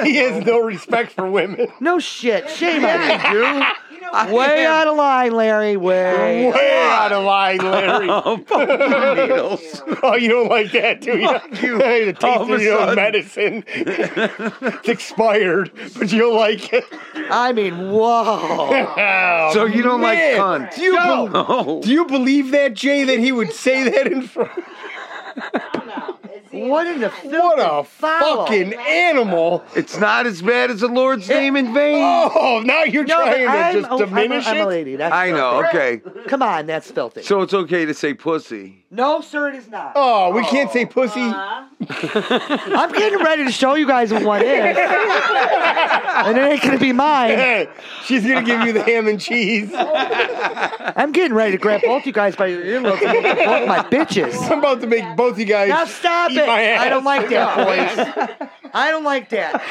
he has no respect for women.
no shit. Shame on you, dude.
You know what?
Way
am-
out of line, Larry. Way.
Way out of line, Larry.
oh, fuck you, needles.
Oh, you don't like that, do you?
Fuck you.
I had to taste
All of
of
a
your
sudden.
own medicine. it's expired, but you'll like it.
I mean, whoa.
Oh,
So you don't like
man.
cunt?
Do you, bel-
No.
do you believe that, Jay, that he would say that in front?
I don't know. It's the
What in the
internet.
What a
foul.
fucking animal.
It's not as bad as the Lord's name in vain.
Oh, now you're
No, but
trying to
I'm,
just
oh, I'm a-
diminish
I'm a
it?
lady. That's
I know.
filthy.
Okay,
Come on, that's filthy.
so it's okay to say pussy.
no, sir, it is not.
Oh, we can't say pussy.
Uh,
I'm getting ready to show you guys what one is. and it ain't gonna be mine.
She's going to give you the ham and cheese.
Oh. I'm getting ready to grab both you guys by your earlobes and make you both my bitches.
I'm about to make both you guys.
Now stop
Eat
it!
my ass.
I don't like that, boys. I don't like that.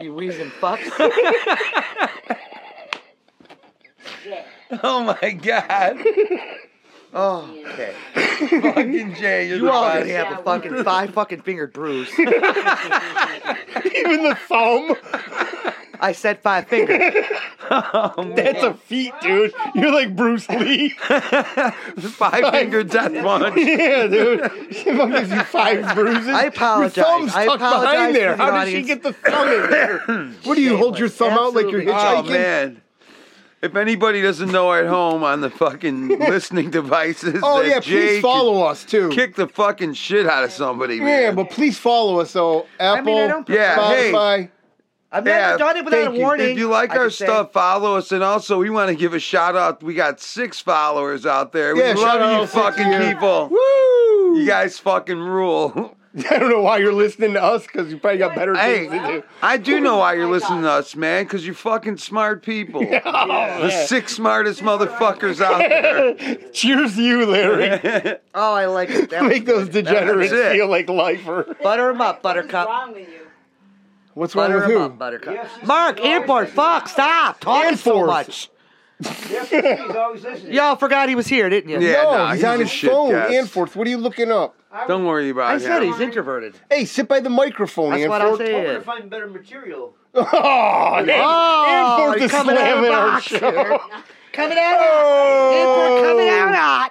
you wheezing fucks.
Oh my god.
Oh,
Okay. fucking Jay, you're
you
the
all
best.
gonna have a fucking five fucking finger bruise.
Even the thumb.
I said five fingers.
Oh
That's a feat, dude. You're like Bruce Lee.
Five finger death punch. Oh,
yeah, dude. She fucking gives you five bruises.
I apologize.
Your thumb's
I
tucked
apologize
behind there.
to the
How did she
audience.
get the thumb in there? What do you hold your thumb out like you're
Absolutely.
hitchhiking?
Oh man. If anybody doesn't know at home on the fucking listening devices,
Oh,
that
yeah,
Jay
please
could
follow us too.
Kick the fucking shit out of somebody, man.
yeah, but please follow us though.
I
Apple,
mean, I don't-
Yeah, hey.
Spotify.
I've never
Yeah,
done it without
thank
a
you.
warning.
If you like
I
our
could say.
stuff, follow us. And also, we want to give a shout out. We got six followers out there. We
Yeah,
love
shout out
you
to
fucking
you.
people.
Woo!
You guys fucking rule.
I don't know why you're listening to us because you probably got better
Hey,
things to do.
I do know why
Oh
you're listening to us, man, because you're fucking smart people. The six smartest motherfuckers out there.
Cheers to you, Larry.
Oh, I like it. That
Make those degenerates
That's it.
feel like lifer.
butter 'em up,
What's
Buttercup.
wrong with you?
What's wrong
Butter
with
'em
who?
up, Buttercup.
Yeah, she's-
Mark, airport, fuck, stop talking so
Anforth.
much.
Yeah, he's always listening.
Y'all forgot he was here, didn't you?
Yeah.
no,
nah,
Oh, he's,
he's
on
a
his
shit
phone.
guest.
Anforth, what are you looking up?
Don't worry about
I
him.
said he's introverted.
Hey, sit by the microphone,
That's what I
Anforth.
I'm gonna
said.
find better material.
Oh, man.
Oh,
Anforth is
coming out of
slamming
the
our
box,
show.
dude. Coming out. Anforth coming out
Oh.
hot.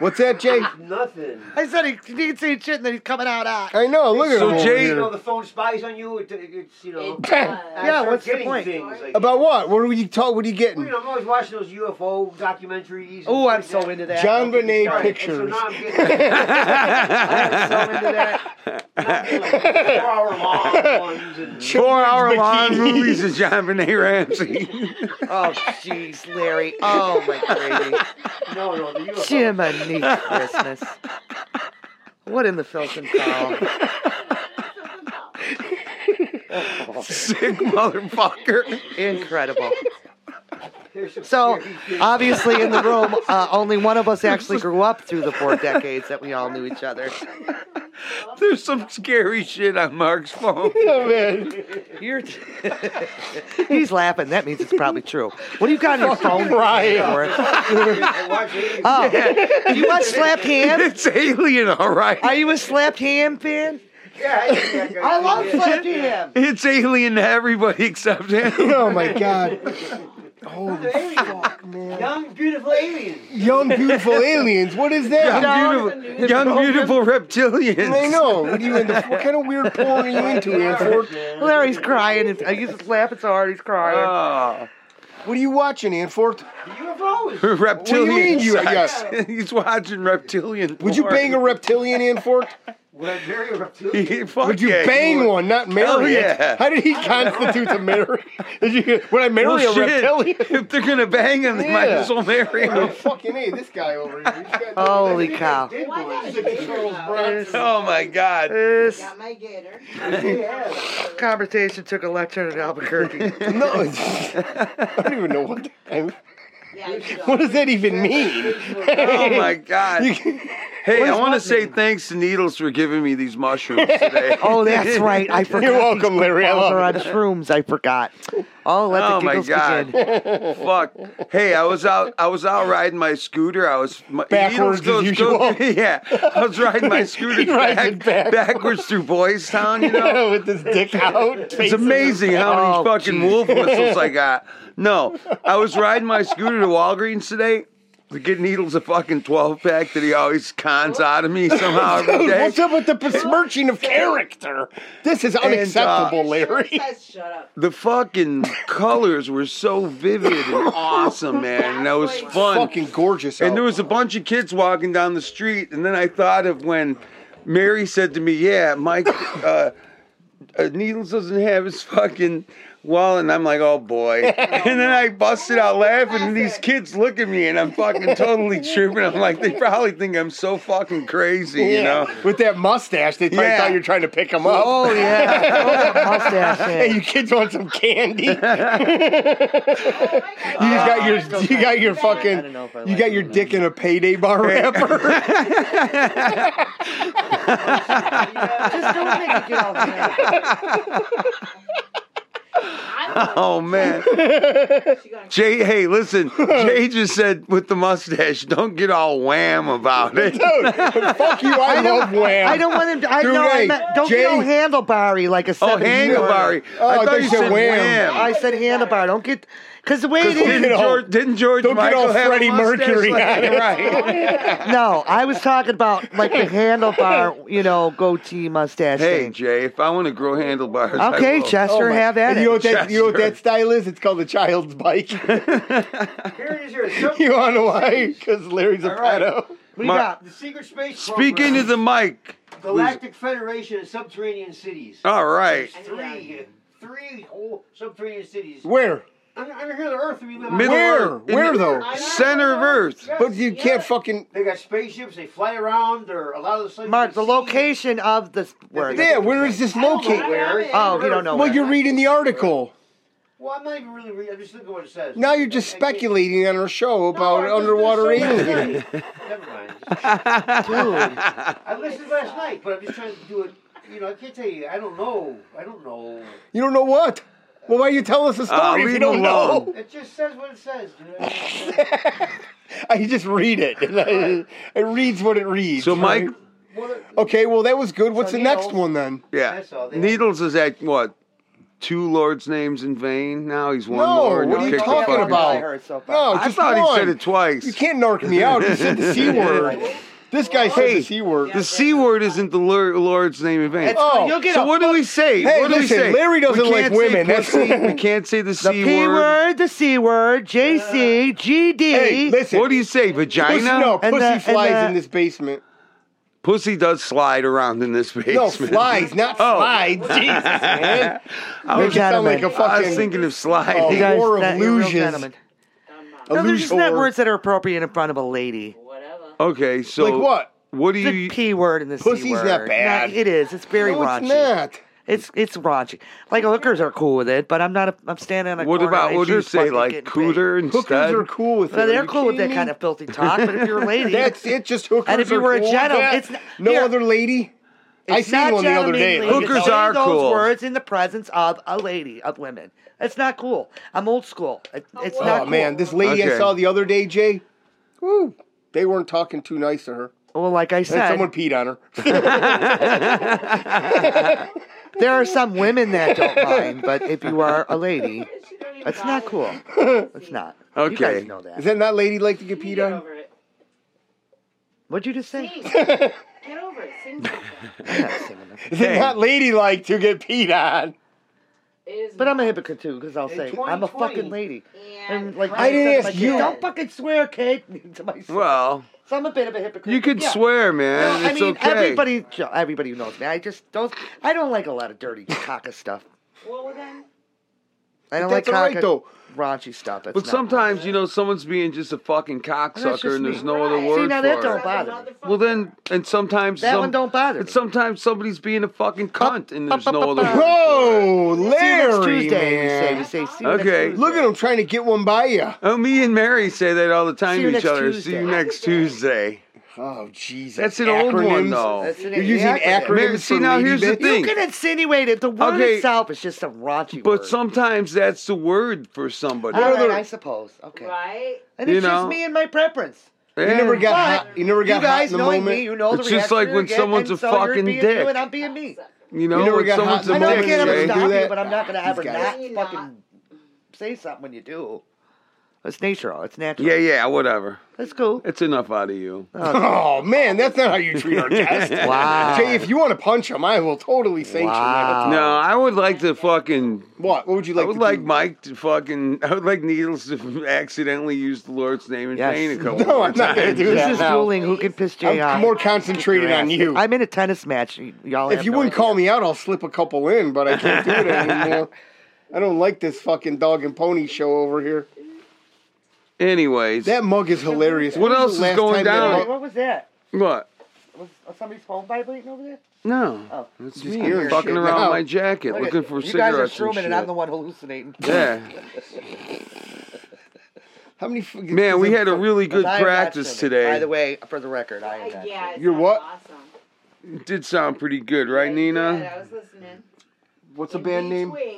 What's that, Jay?
Nothing.
I said he, he didn't say shit, and then he's coming out hot.
I know. Look at
So
him over
Jay-
You
here.
know, the phone spies on you. It, it, it's, you know.
It's,
I
uh,
Yeah,
start
what's the
getting
point?
Things like,
About what? What are you talk? What are you
you
getting?
know, I'm always watching those UFO documentaries. and
Oh, I'm
shit like
so into that.
that.
John
Don't get me
Benet
Right,
started.
and so
pictures.
now I'm getting-
I'm so into that.
four-hour-long ones and-
Four hour long
Bikini.
movies of John Benet Ramsey.
Oh, jeez, Larry. Oh, my lady.
No, no, the UFO.
Jiminy Christmas. What in the filth and foul?
Sick motherfucker.
Incredible.
Here's some
So,
scary shit.
obviously, in the room, uh, only one of us actually grew up through the four decades that we all knew each other.
There's some scary shit on Mark's phone.
Oh, man.
You're He's laughing. That means it's probably true. What do you got on your phone?
Brian.
for?
I watch it.
Oh, do you watch Slap Ham?
It's alien, all right.
Are you a Slap Ham fan?
Yeah, I think that guy-
I love
yeah.
Slap Ham.
It's alien to everybody except him.
Oh my God.
They're aliens. Young, beautiful aliens.
Young beautiful aliens. What is
Young,
that?
beautiful, young, beautiful reptilians.
I know. What are you into? What kind of weird porn are you into, Anforth?
Larry's crying. And, uh, he's just laughing so hard he's crying.
Oh,
What are you watching, Anforth?
The UFOs.
reptilian.
What do you mean you-
sex. He's watching reptilian.
Would you
porn.
bang a reptilian, Anforth?
What Mary were up to?
Fuck
Would you
yeah,
bang
would.
one, not marry
Hell
it?
yeah.
How did he constitute to marry? Did you, would I marry
Well,
a
shit.
reptilian?
If they're gonna bang him, they might
Yeah.
as well marry him.
fucking A, this guy over here. He's
Uh,
got-
Holy cow.
Did
Why
boys.
not a gator? though?
Bronson.
Oh my god.
This
Got my gator.
Yeah.
conversation took a left turn at Albuquerque.
No, it's- I don't even know what. The,
Yeah, you should
what does that even mean?
Oh my god.
You-
Hey, I want to say thanks to Needles for giving me these mushrooms today.
oh, that's right. I forgot.
You're welcome, Larry. I
Those are on
love it.
shrooms. I forgot. Oh, let
Oh
the
my
giggles
God.
begin.
Fuck. Hey, I was out. I was out riding my scooter. I was my,
Backwards
Needles
as
goes- goes- yeah, I was riding my scooter
He rides it
back-
backwards.
backwards through Boys Town. You know,
With this dick out.
It's amazing how many
Oh,
fucking wolf whistles I got. No, I was riding my scooter to Walgreens today to get Needles a fucking 12 pack that he always cons out of me somehow every
Dude,
day.
what's up with the besmirching of character? This is
uh,
unacceptable, Larry.
Says, shut up.
The fucking colors were so vivid and awesome, man, and that was fun.
Fucking gorgeous.
And there
out.
was a bunch of kids walking down the street, and then I thought of when Mary said to me, "Yeah, Mike, uh, uh, Needles doesn't have his fucking wallet," and I'm like, "Oh boy!" And then I busted out laughing, and these kids look at me, and I'm fucking totally tripping. I'm like, they probably think I'm so fucking crazy, you
Yeah.
know?
With that mustache, they probably
Yeah.
thought you were trying to pick him up.
Oh yeah. Oh, that mustache.
Hey,
Hey,
you kids want some candy? Ah, you just
Oh my God.
got your, you got your
I don't
fucking,
know if I
you
like
got your dick in a payday bar wrapper.
Just don't make it get all mad.
I'm going
Oh man,
she gonna
Jay. Hey, listen, Jay just said with the mustache, don't get all wham about it.
Dude, fuck you, I, love Wham.
I don't want him to. I
Dude,
know. I
hey,
meant, don't get
Jay-
all handlebarry like
Oh,
a seven.
Hangabari.
Oh,
I
I
thought
thought
you
you said
said
wham.
wham.
I said handlebarry. Don't get because the way it
Don't
is.
get
Didn't
all-
George, didn't George
don't get
Michael
all
have
Freddie
a mustache
Mercury
like
on
that?
it.
right?
No, I was talking about like the handlebar, you know, goatee mustache
hey,
thing.
Jay, if I want to grow handlebars, I
Okay,
will.
Chester,
Oh my-
have at
and
it.
you know what that you know what
Chester.
that style is? It's called the child's bike.
Here is your secret-
you want to why? Because Larry's a
All right.
pedo.
what do you
Mar-
got?
The secret space
Speak into the Oh, mic.
Galactic Federation of Subterranean Cities.
All right.
There's three, three whole subterranean cities.
Where?
Under, under here, the Earth, we live
Middle
on.
Where?
Earth. In
Where,
the
though?
Center of Earth.
Yes,
But you
yes.
can't fucking.
They got spaceships. They fly around. They're a lot of the stuff you
Mark, the
see-
location of this word.
Yeah, where is this
I don't know
located?
where. It's
Oh,
on
you don't
Earth.
know
Well, you're reading the article.
Well, I'm not even really reading. I'm just looking at what it says.
Now you're just
I can't-
speculating on our show
No,
about
I'm just-
underwater
there's so many
aliens.
things. Never mind.
Dude,
I listened last night, but I'm just trying to do it. You know, I can't tell you. I don't know. I don't know.
You don't know what? Well, why are you telling us a
Ah,
story if
leave
you don't
him
know?
alone.
It just says what it says, dude. I don't know.
I just read it. and I- it reads what it reads.
So, Mike,
right?
Well,
Okay, well, that was good. What's
So
the
Needles-
next one then?
yeah.
That's all they-
Needles is at what? Two Lord's names in vain? Now he's one
No,
Lord.
what
He'll
are you
kick the
talking
fucking-
about?
I heard so far.
No,
I
just
thought he
one.
said it twice.
You can't narc me out. You said the C word. This guy said the C word.
The C word isn't the Lord, Lord's name in vain.
It's-
Oh,
you'll get
so
a-
what do we say?
Hey,
what do
listen,
we say?
Larry doesn't
We can't
like
say
women. That's-
pussy. we can't say the,
the
C
P word, the C word, JC, GD.
Hey, listen.
What do you say,
pussy,
vagina?
no,
And
pussy
the- and
flies
the-
in this basement.
Pussy does slide around in this
No,
basement. Oh.
flies, not slides. Jesus, man.
I
Make
was,
it sound like a
gentlemen.
I
fucking.
was thinking of sliding.
Oh,
You guys,
War of
that- you're real
illusions.
gentlemen. No, there's just not
illusion.
words that are appropriate in front of a lady.
whatever.
Okay, so
Like what?
What do
The
you?
P word and the C
Pussy's
word.
not bad.
Nah, it is. It's very
No,
raunchy.
it's not.
It's it's raunchy. Like hookers are cool with it, but I'm not. A, I'm standing on a
What
corner
about
and I
what do you
choose
say,
fucking
like
getting
cooter
Hookers
instead?
are cool with it.
paid. Well,
Are
they're
you
cool with that
kidding
kind
me?
of filthy talk, but if you're a lady,
That's it. Just hookers.
And if you
are
were a
cool with
gentleman,
that.
it's n-
no
here.
other lady. I
it's
seen
not
one the other day.
gentlemanly to
Hookers
say
are
those
cool.
words in the presence of a lady of women. It's not cool. I'm old school. It- it's
Oh,
not
Oh
cool.
man, this lady
Okay.
I saw the other day, Jay. Woo, they weren't talking too nice to her.
Well, like I
And
said,
someone peed on her.
there are some women that don't mind, but if you are a lady,
She don't even
it's not
bother.
cool. It's not. You
Okay.
guys know that.
Is that not lady like to get
You
peed
get
on?
over it.
What'd you just say?
Sing. Get over it. Sing something.
I'm not singing that.
Is it
Hey.
not ladylike to get peed on?
It is
But I'm a
not.
hypocrite too, because I'll
In
say I'm a
2020.
fucking lady.
And
And like
I didn't
said,
ask
like,
you.
Don't fucking swear, kid. to myself.
Well,
so I'm a bit of a hypocrite.
you could
Yeah.
swear, man.
Well, I
it's
mean,
okay.
everybody, Joe, everybody who knows me, I just don't. I don't like a lot of dirty caca stuff.
well then,
I don't
That's
like
all right,
caca,
though.
raunchy stuff. That's
But
not-
sometimes, you know, someone's being just a fucking
That's
cocksucker
just
and there's
me.
no other
Right. See,
word
now
for
that
it.
don't bother
Well, then, and sometimes
that
some-
one don't bother.
and
me.
sometimes somebody's being a fucking cunt and there's
up,
no
up,
other
up.
word.
Whoa,
See you next
Larry,
Tuesday,
man.
We say, we say, see you
Okay.
next
Look at
Tuesday.
him trying to get one by you.
Oh, me and Mary say that all the time to
See you
each
next
other.
Tuesday.
See you next Tuesday.
Oh, Jesus.
That's an old one,
Acronyms.
though.
That's an
You're using
acronym.
acronyms
Maybe- see,
for
now
lady
here's the
bitch?
thing.
You can insinuate it. The word
Okay.
itself is just a raunchy word.
But sometimes that's the word for somebody.
All right,
other-
I suppose. Okay.
right?
And
You
it's
know?
just me and my preference.
You
Yeah.
never got
But
hot. You never got
you guys
hot in the
knowing
moment.
me, you know the
It's just
reaction
like
you're
when
getting,
someone's
and
a
so you're
fucking
being
dick.
You and I'm being me.
You know,
never
when
got hot
someone's
in
a
the
I know I
moment,
moment,
can't
you
ever
Jay.
do
stop you,
that.
but I'm not gonna ever
These
not
guys.
fucking say something when you do. It's natural. It's natural.
Yeah, yeah, whatever.
That's cool.
It's enough out of you.
Oh man, that's not how you treat our guests.
Wow.
Jay, if you want to punch him, I will totally sanction
Wow.
that.
No, I would like to fucking.
What? What would you
I
like?
would
to
like
do?
Mike to fucking. I would like Needles to accidentally use the Lord's name in
Yes.
vain a couple
No,
more
I'm not gonna
times.
do
This
that
is
now.
dueling. Who can piss Jay off?
I'm more concentrated on you.
I'm in a tennis match. y- Y'all.
if
have
you
no
wouldn't
idea.
call me out, I'll slip a couple in, but I can't do it anymore. I don't like this fucking dog and pony show over here.
Anyways,
That mug is hilarious.
What
When
else
was the
is
last
going
time that
down?
mug-
Wait, what was that?
what?
Was was somebody's phone vibrating over there?
No,
Oh.
that's
Just
me.
hearing
fucking
shit
around
now.
my jacket,
Look at-
looking for
you guys are
cigarettes and
shrooming,
shit.
and I'm the one hallucinating.
yeah,
How many? fucking-
man, we had a really
Because
good
I am not
practice
shooting. By
today.
the way, for the record, I am. Not
Uh, Yeah, it
You're
sounds
what?
Awesome.
It did sound pretty good, right,
It did,
Nina?
I was listening.
What's the
In
band name?
between,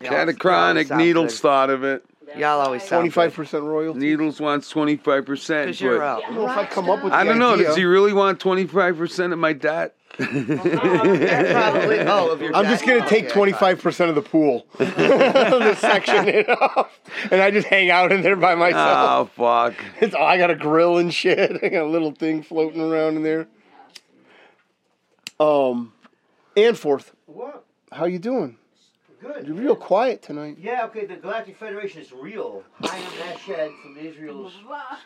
shooting. Y'all-
Catachronic.
y'all sound
Needles
good.
thought of it.
that's
Y'all
why
always
I-
sound-
Twenty-five percent royalty.
Needles wants twenty five percent.
'Cause you're out.
I don't know if I
Oh,
come up with. The
I don't know.
idea.
Does he really want twenty five percent of my debt?
That's probably all of your.
I'm just gonna take 25 percent of the pool, just section it off, and I just hang out in there by myself.
Oh fuck!
It's oh, I got a grill and shit. I got a little thing floating around in there. Um, and fourth,
What?
how you doing?
Good.
You're real quiet tonight.
Yeah, okay, the Galactic Federation is real. I am that shed from the Israel's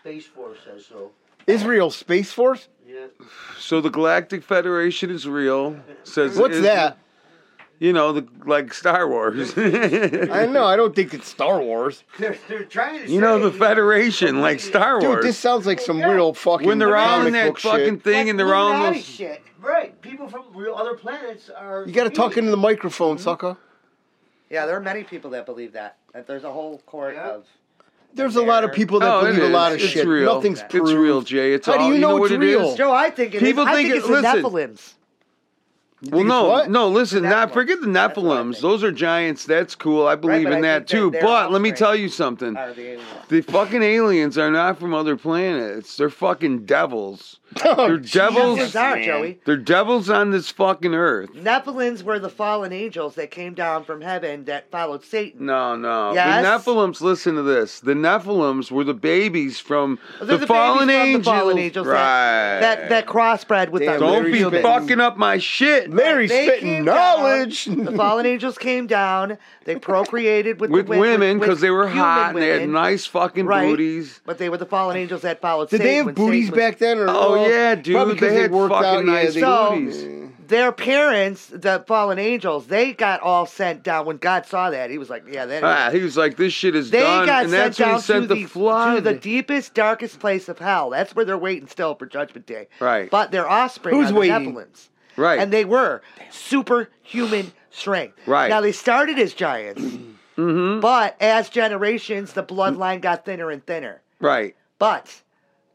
Space Force says so.
Israel Space Force.
Yeah.
So the Galactic Federation is real. Says
What's
is-
that?
You know, the, like Star Wars.
I don't know. I don't think it's Star Wars,
They're, they're trying to
you know, the
say-
Federation, like Star
dude.
Wars.
This sounds like some real fucking
when they're all in
comic
that
book shit.
fucking thing and they're all in those.
shit.
Right, people from real other planets are.
You gotta talk
meeting.
into the microphone, sucker.
Yeah, there are many people that believe that. That there's a whole court
Yeah.
of.
There's a lot of people that
Oh, it
believe a
is.
lot of
it's
shit.
Real.
Nothing's
it's
proved.
real, Jay. It's
How do
all,
you know
what it
it's
is?
real?
Joe, I think it is-
People
I
think
think,
it-
it's
listen.
the Nephilims.
Well, no,
what?
no. Listen,
The
not
Nephilims.
forget the
That's what I
Nephilims.
think.
Those are giants. That's cool. I believe
but
in
I
that
think that
too.
they're Uh,
But let me
offspring.
tell you something.
Are the aliens.
The fucking aliens are not from other planets. They're fucking devils.
Oh,
They're devils.
Nephilims are, Joey.
They're devils on this fucking earth.
Nephilims were the fallen angels that came down from heaven that followed Satan.
No, no.
Yes?
The Nephilims, listen to this. The Nephilims were the babies from the,
They're the babies
fallen
from
angels.
the fallen angels
right.
that- That that crossbred with
Damn,
the
Don't
Larry's
be
been-
fucking up my shit.
Larry
They
spitting
came
knowledge.
down, the fallen angels came down. They procreated with,
With
the, wi-
women
with-
because they were
human
hot and they had
women,
nice fucking
Right.
booties.
But they were the fallen angels that followed.
Did
Satan
they have
when
booties
Satan was-
back then? Or
Oh,
well,
yeah, dude,
probably 'cause
they had
worked
fucking
out,
nice
yeah, they-
booties.
Their parents, the fallen angels, they got all sent down. When God saw that, He was like, "Yeah, that."
Ah, he was like, this shit is
they
done.
got
and
sent
that's when
down
he sent
to,
the,
the, to
flood.
the deepest, darkest place of hell. That's where they're waiting still for Judgment Day.
Right.
But their offspring
Who's
are the
waiting?
Nephilims.
right.
and they were superhuman strength.
Right. Mm-hmm.
Now they started as giants, but as generations, the bloodline got thinner and thinner.
right.
But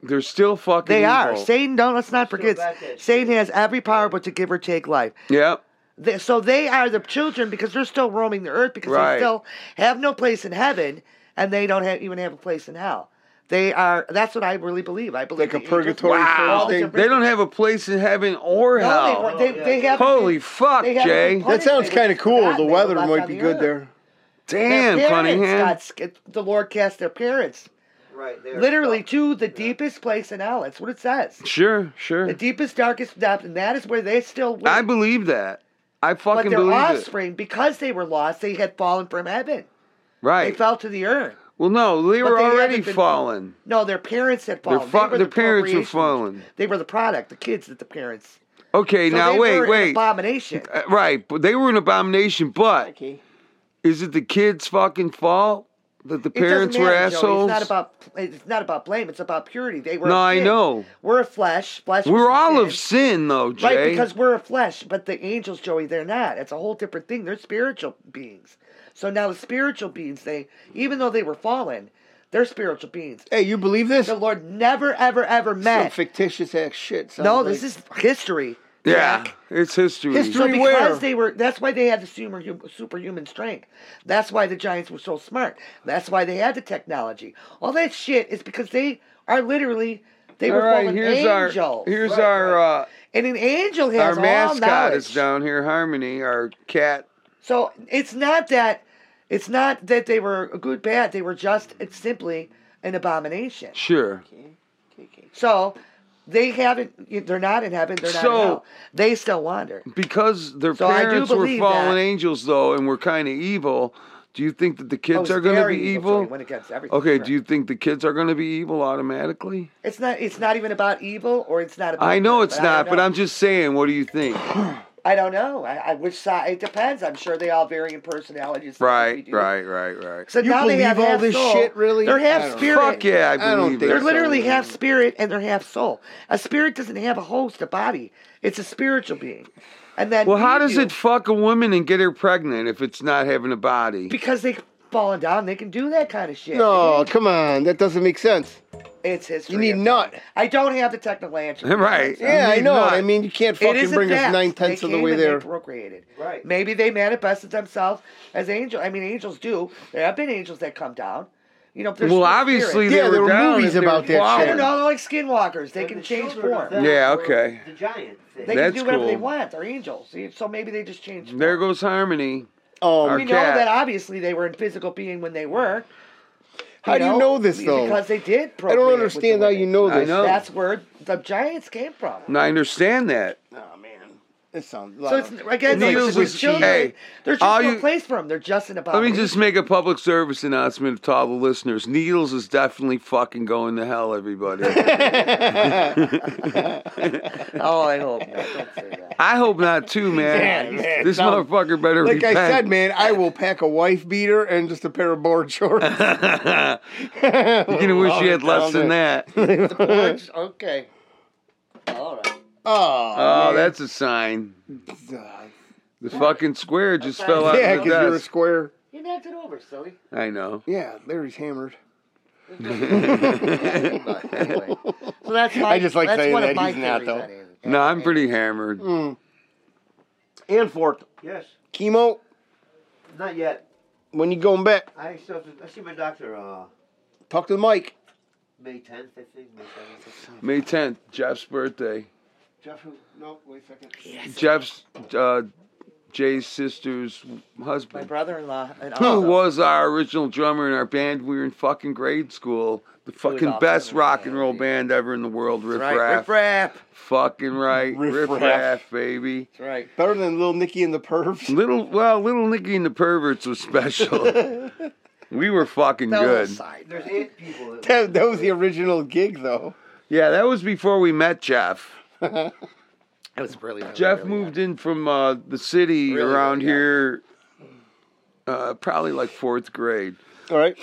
They're still fucking
they are
evil.
Satan. Don't let's not forget
about that
Satan has every power but to give or take life.
Yep.
They- so they are the children because they're still roaming the earth because
Right.
they still have no place in heaven and they don't have, even have a place in hell. They are. That's what I really believe. I believe
Like a
the
purgatory
angels-
Wow.
wow.
All the
thing.
different-
They don't have a place in heaven or hell.
No, they, they, they have
Holy fuck,
they haven't
Jay.
been punished.
That sounds kind of cool. The
They were
weather
left
might
on
be
the
good
earth.
there.
Damn,
their parents
Cunningham.
got sca- the Lord cast their parents
Right there.
literally to the deepest place in hell. That's what it says.
Sure, sure.
The deepest, darkest depth, and that is where they still. Went.
I believe that. I
But
fucking
their
believe it.
offspring, because they were lost, they had fallen from heaven. They
Right.
fell to the earth.
Well, no, they
But
were
they
already
haven't been-
fallen.
No, their parents had
Their,
fallen.
fa-
They were
their
the
parents were
procreation.
fallen.
They were the product, the kids that the parents.
Okay,
So
now
they were
wait,
an
wait.
abomination.
Uh, right, but they were an abomination. But
Okay.
is it the kids' fucking fault that the
It doesn't
parents were
matter, Joey.
assholes?
It's not about it's not about blame. It's about purity. They were.
no,
a
I
sin.
know.
We're a flesh. Flesh.
We're
was a
all
sin.
of sin, though, Jay.
Right, because we're a flesh, but the angels, Joey, they're not. It's a whole different thing. They're spiritual beings. So now the spiritual beings, they even though they were fallen, they're spiritual beings.
Hey, you believe this?
The Lord never, ever, ever
Some
met.
fictitious ass shit. sounds
No,
like.
this is history.
yeah,
Jack.
it's history.
History.
So because
where?
they were, that's why they had the super, superhuman strength. That's why the Giants were so smart. That's why they had the technology. All that shit is because they are literally they
All
were
right,
fallen
here's
angels.
our here's
Right,
our uh,
and an angel has
our
all
mascot
knowledge.
is down here, Harmony, our cat.
So it's not that it's not that they were good bad. They were just it's simply an abomination.
Sure.
So they haven't. They're not in heaven. They're not.
So-
in hell. They still wander.
Because their
So I do
parents were
believe
fallen
that.
angels, though, and were kind of evil. Do you think that the kids
Oh,
are going to
very
be
Joey,
evil?
when it comes to everything.
Okay,
Correct.
do you think the kids are going to be evil automatically?
It's not. It's not even about evil, or it's not. about
I know
good,
it's
I
not,
don't
but
know.
I'm just saying, what do you think?
I don't know. I, I which side? It depends. I'm sure they all vary in personalities.
right, right, right, right.
So
You
now they
believe
have
all
half
this
soul.
shit, really?
They're
I don't
half
know.
spirit.
Fuck yeah, I
I don't
believe
think
it.
They're literally
so.
half spirit and they're half soul. A spirit doesn't have a host, a body. It's a spiritual being. And then
Well, how
we
does
do-
it fuck a woman and get her pregnant if it's not having a body?
because they fallen down, they can do that kind of shit.
No, come on. That doesn't make sense.
it's history.
You need
of
nut.
that. I don't have the technical answer.
Right.
It
Yeah, I
need
know.
not.
I mean, you can't fucking
is a
bring us
fact.
nine tenths
They
of the
came
way
and they
there.
procreated.
Right.
Maybe they manifested themselves as angels. I mean, angels do. There have been angels that come down. You know, there's
Well, obviously,
Yeah,
they
there
were
were
down
movies
if they were
about that
fallen.
I
shit.
don't know, they're like skinwalkers. They
And
can
the
change
children of
form.
them
Yeah,
were
okay.
The giant thing.
They
That's
can do whatever they
cool.
want. They're angels. So maybe they just changed. form.
There goes Harmony.
Um,
Our
we know
cat.
that obviously they were in physical being when they were.
How do you know this, though?
Because they did.
I don't understand how you know
I
this.
know.
That's where the giants came from.
And I understand that.
Oh man, that sounds.
So it's again,
Needles
they're
was
just children.
cheap. Hey,
There's
all
just no
you-
place for them. They're just in a
Let
body.
me just make a public service announcement to all the listeners. Needles is definitely fucking going to hell, everybody.
Oh, I hope not. Don't say that.
I hope not too, man.
Yeah, man,
this
no.
motherfucker better
like
repent.
I said, man, I will pack a wife beater and just a pair of board shorts.
You're gonna wish you had less than that. Oh,
The porch? Okay. All right.
Oh,
that's a sign.
yeah,
The fucking square just fell out
because
of the
you're a
desk.
square.
You knocked it over, silly.
I know.
Yeah, Larry's hammered.
But anyway. So that's my,
I just like
that's
saying
one
that.
of my
He's not,
theories
though.
on aliens.
No, I'm pretty hammered.
Hmm. And forth.
Yes.
Chemo.
Not yet.
When you going back?
I still have to, I see my doctor uh,
Talk to the mic.
May 10th, I think. May
May
7th.
10th, Jeff's birthday.
Jeff, who- no, wait a second.
Jeff's uh, Jay's sister's
My
husband,
brother-in-law and
who
also,
was our original drummer in our band. We were in fucking grade school. The fucking
awesome
best
in the
rock
band,
and roll
dude.
band ever in the world. Riff
right?
Raff.
Riff raff.
Fucking right.
Riff
Riff
Raff.
Raff, baby.
That's right.
Better than Little Nicky and the Pervs.
Little well, little Nicky and the Perverts was special. we were fucking
That
good.
was a side.
There's eight people. That,
That, that was the original gig, though.
Yeah, that was before we met Jeff.
That was really, really
Jeff
really
moved in from uh, the city
Really,
around
really
here, uh, probably like fourth grade,
All right.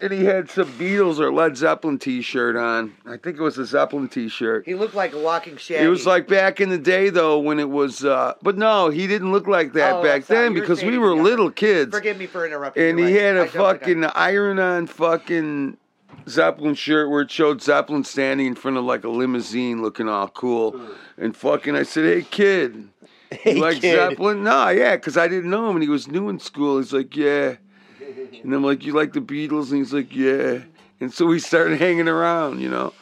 and he had some Beatles or Led Zeppelin T-shirt on. I think it was a Zeppelin T-shirt.
He looked like a walking shaggy.
It was like back in the day though, when it was. Uh, but no, he didn't look like that
Oh,
back
sorry,
then
you were
because we
saying
were
young.
little kids.
Forgive me for interrupting.
and
you,
he
I-
had
I
a
jumped the gun.
fucking iron-on fucking Zeppelin shirt where it showed Zeppelin standing in front of like a limousine, looking all cool,
Mm.
and fucking. I said, "Hey, kid, you like
kid.
Zeppelin?" No, yeah, because I didn't know him, and he was new in school. He's like, "Yeah," and I'm like, "You like the Beatles?" And he's like, "Yeah," and so we started hanging around, you know.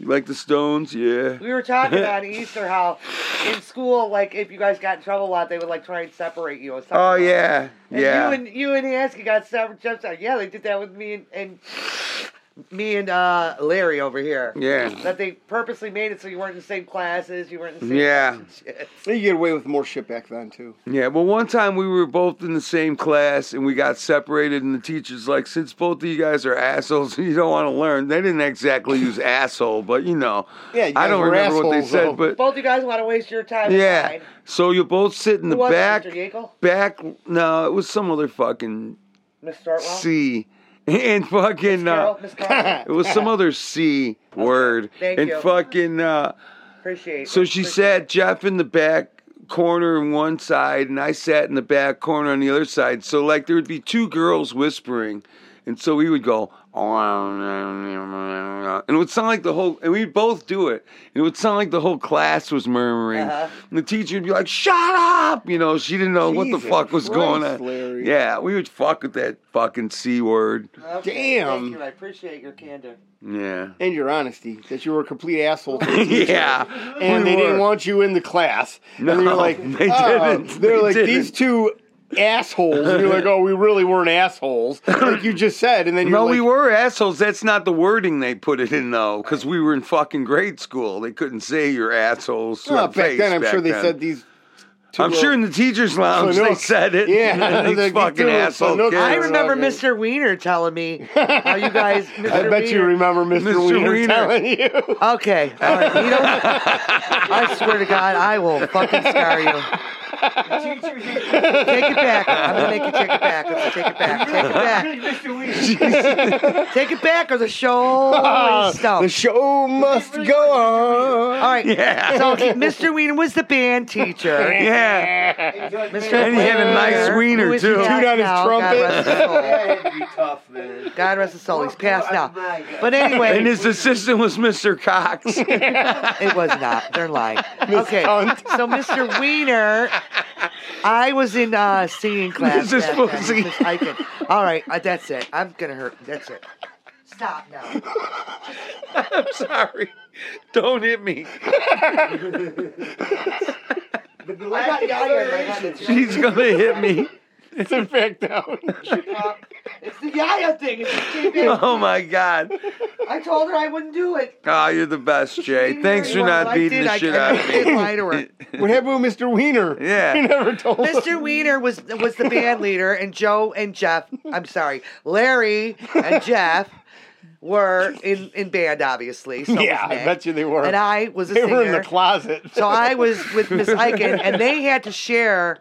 You like the Stones? Yeah.
We were talking on Easter how in school, like if you guys got in trouble a lot, they would like try and separate you or something.
Oh yeah,
And
yeah.
You and you and Hansky got separate jumps. Yeah, they did that with me and, and me and uh, Larry over here.
Yeah.
That they purposely made it so you weren't in the same classes, you weren't in the same
Yeah.
shit.
They get away with more shit back then too.
Yeah. Well, one time we were both in the same class and we got separated, and the teacher's like, since both of you guys are assholes and you don't want to learn, they didn't exactly use asshole, but you know.
Yeah, you
I
guys
don't
were
remember what they
assholes,
said,
though.
but.
Both you guys want to waste your time.
Yeah.
aside.
So you both sit in the
Who was it,
back.
Mr. Yankel?
Back. No, it was some other fucking
Miss Startwell.
C. And fucking. Uh,
Carol, Miss Carol.
it was some other C word.
Thank
and
you.
fucking. Uh,
Appreciate.
so
it.
she
Appreciate
sat Jeff in the back corner on one side, and I sat in the back corner on the other side. So like there would be two girls whispering, and so we would go. And it would sound like the whole, and we'd both do it. And it would sound like the whole class was murmuring.
Uh-huh.
And the teacher would be like, "Shut up!" You know, she didn't know what the
Jesus
fuck was going
Christ,
on.
Larry.
Yeah, we would fuck with that fucking c word.
it. Okay,
Damn.
Thank you. I appreciate your candor.
Yeah,
And your honesty that you were a complete asshole. to the teacher.
yeah.
and
We
they
were.
didn't want you in the class.
No,
and you're like,
they
"Ah."
didn't.
They're
They
like
didn't.
these two assholes. And you're like, oh, we really weren't assholes, like you just said. And then you're
No,
like,
we were assholes. That's not the wording they put it in, though, because we were in fucking grade school. They couldn't say you're assholes. To
"Ah,
our
back
face
then, I'm
back
sure they
then.
said these. two
I'm
were-
sure in the teachers' lounge they
Sanooks.
said it.
Yeah,
these
they- they
fucking
do.
asshole
Sanooks.
kids.
Yeah,
I remember
right.
Mr. Wiener telling me how you guys. Mr.
I bet you
Wiener-
remember Mr.
Mr.
Wiener,
Wiener.
telling you.
Okay. All right. You don't, I swear to God, I will fucking scar you. Take it back. I'm gonna make you take it back. Let's take it back. Take it back.
Mr. Weed.
Take it back, or the show always
the
stops.
show must go on.
All right.
Yeah.
So he- Mr. Wiener was the band teacher.
yeah.
Mr.
And he had a nice
Wiener,
wiener,
who is
too.
passed
Tune on his trumpet.
now, God rest his soul.
That'd be tough, man.
God rest his soul. He's passed now.
My God.
But anyway,
And his assistant was Mr. Cox.
It was not. They're lying. okay.
Cunt.
So, Mr. Wiener, I was in uh, singing class.
This is
back then
pussy.
with Miss Eichen. All right. Uh, that's it. I'm going to hurt. That's it. Stop now.
I'm sorry. Don't hit me.
The
I got
Galactic
the iron. I got
Federation.
the Yaya.
She's gonna hit me.
It's in fact down.
It's the Yaya thing. It just came in.
Oh my god.
I told her I wouldn't do it.
Oh, you're the best, Jay.
She
Thanks for
didn't hear me.
not
I
beating
did.
the
I-
shit
I
out of
did
me.
lie to her.
what happened with Mr. Wiener?
Yeah.
You never told us.
Mr. Wiener was was the band leader, and Joe and Jeff. I'm sorry, Larry and Jeff were in, in band, obviously. So
Yeah,
was
I
Nick.
bet you they were.
And I was a
they
singer.
were in the closet.
So I was with Miss Eichen, and they had to share.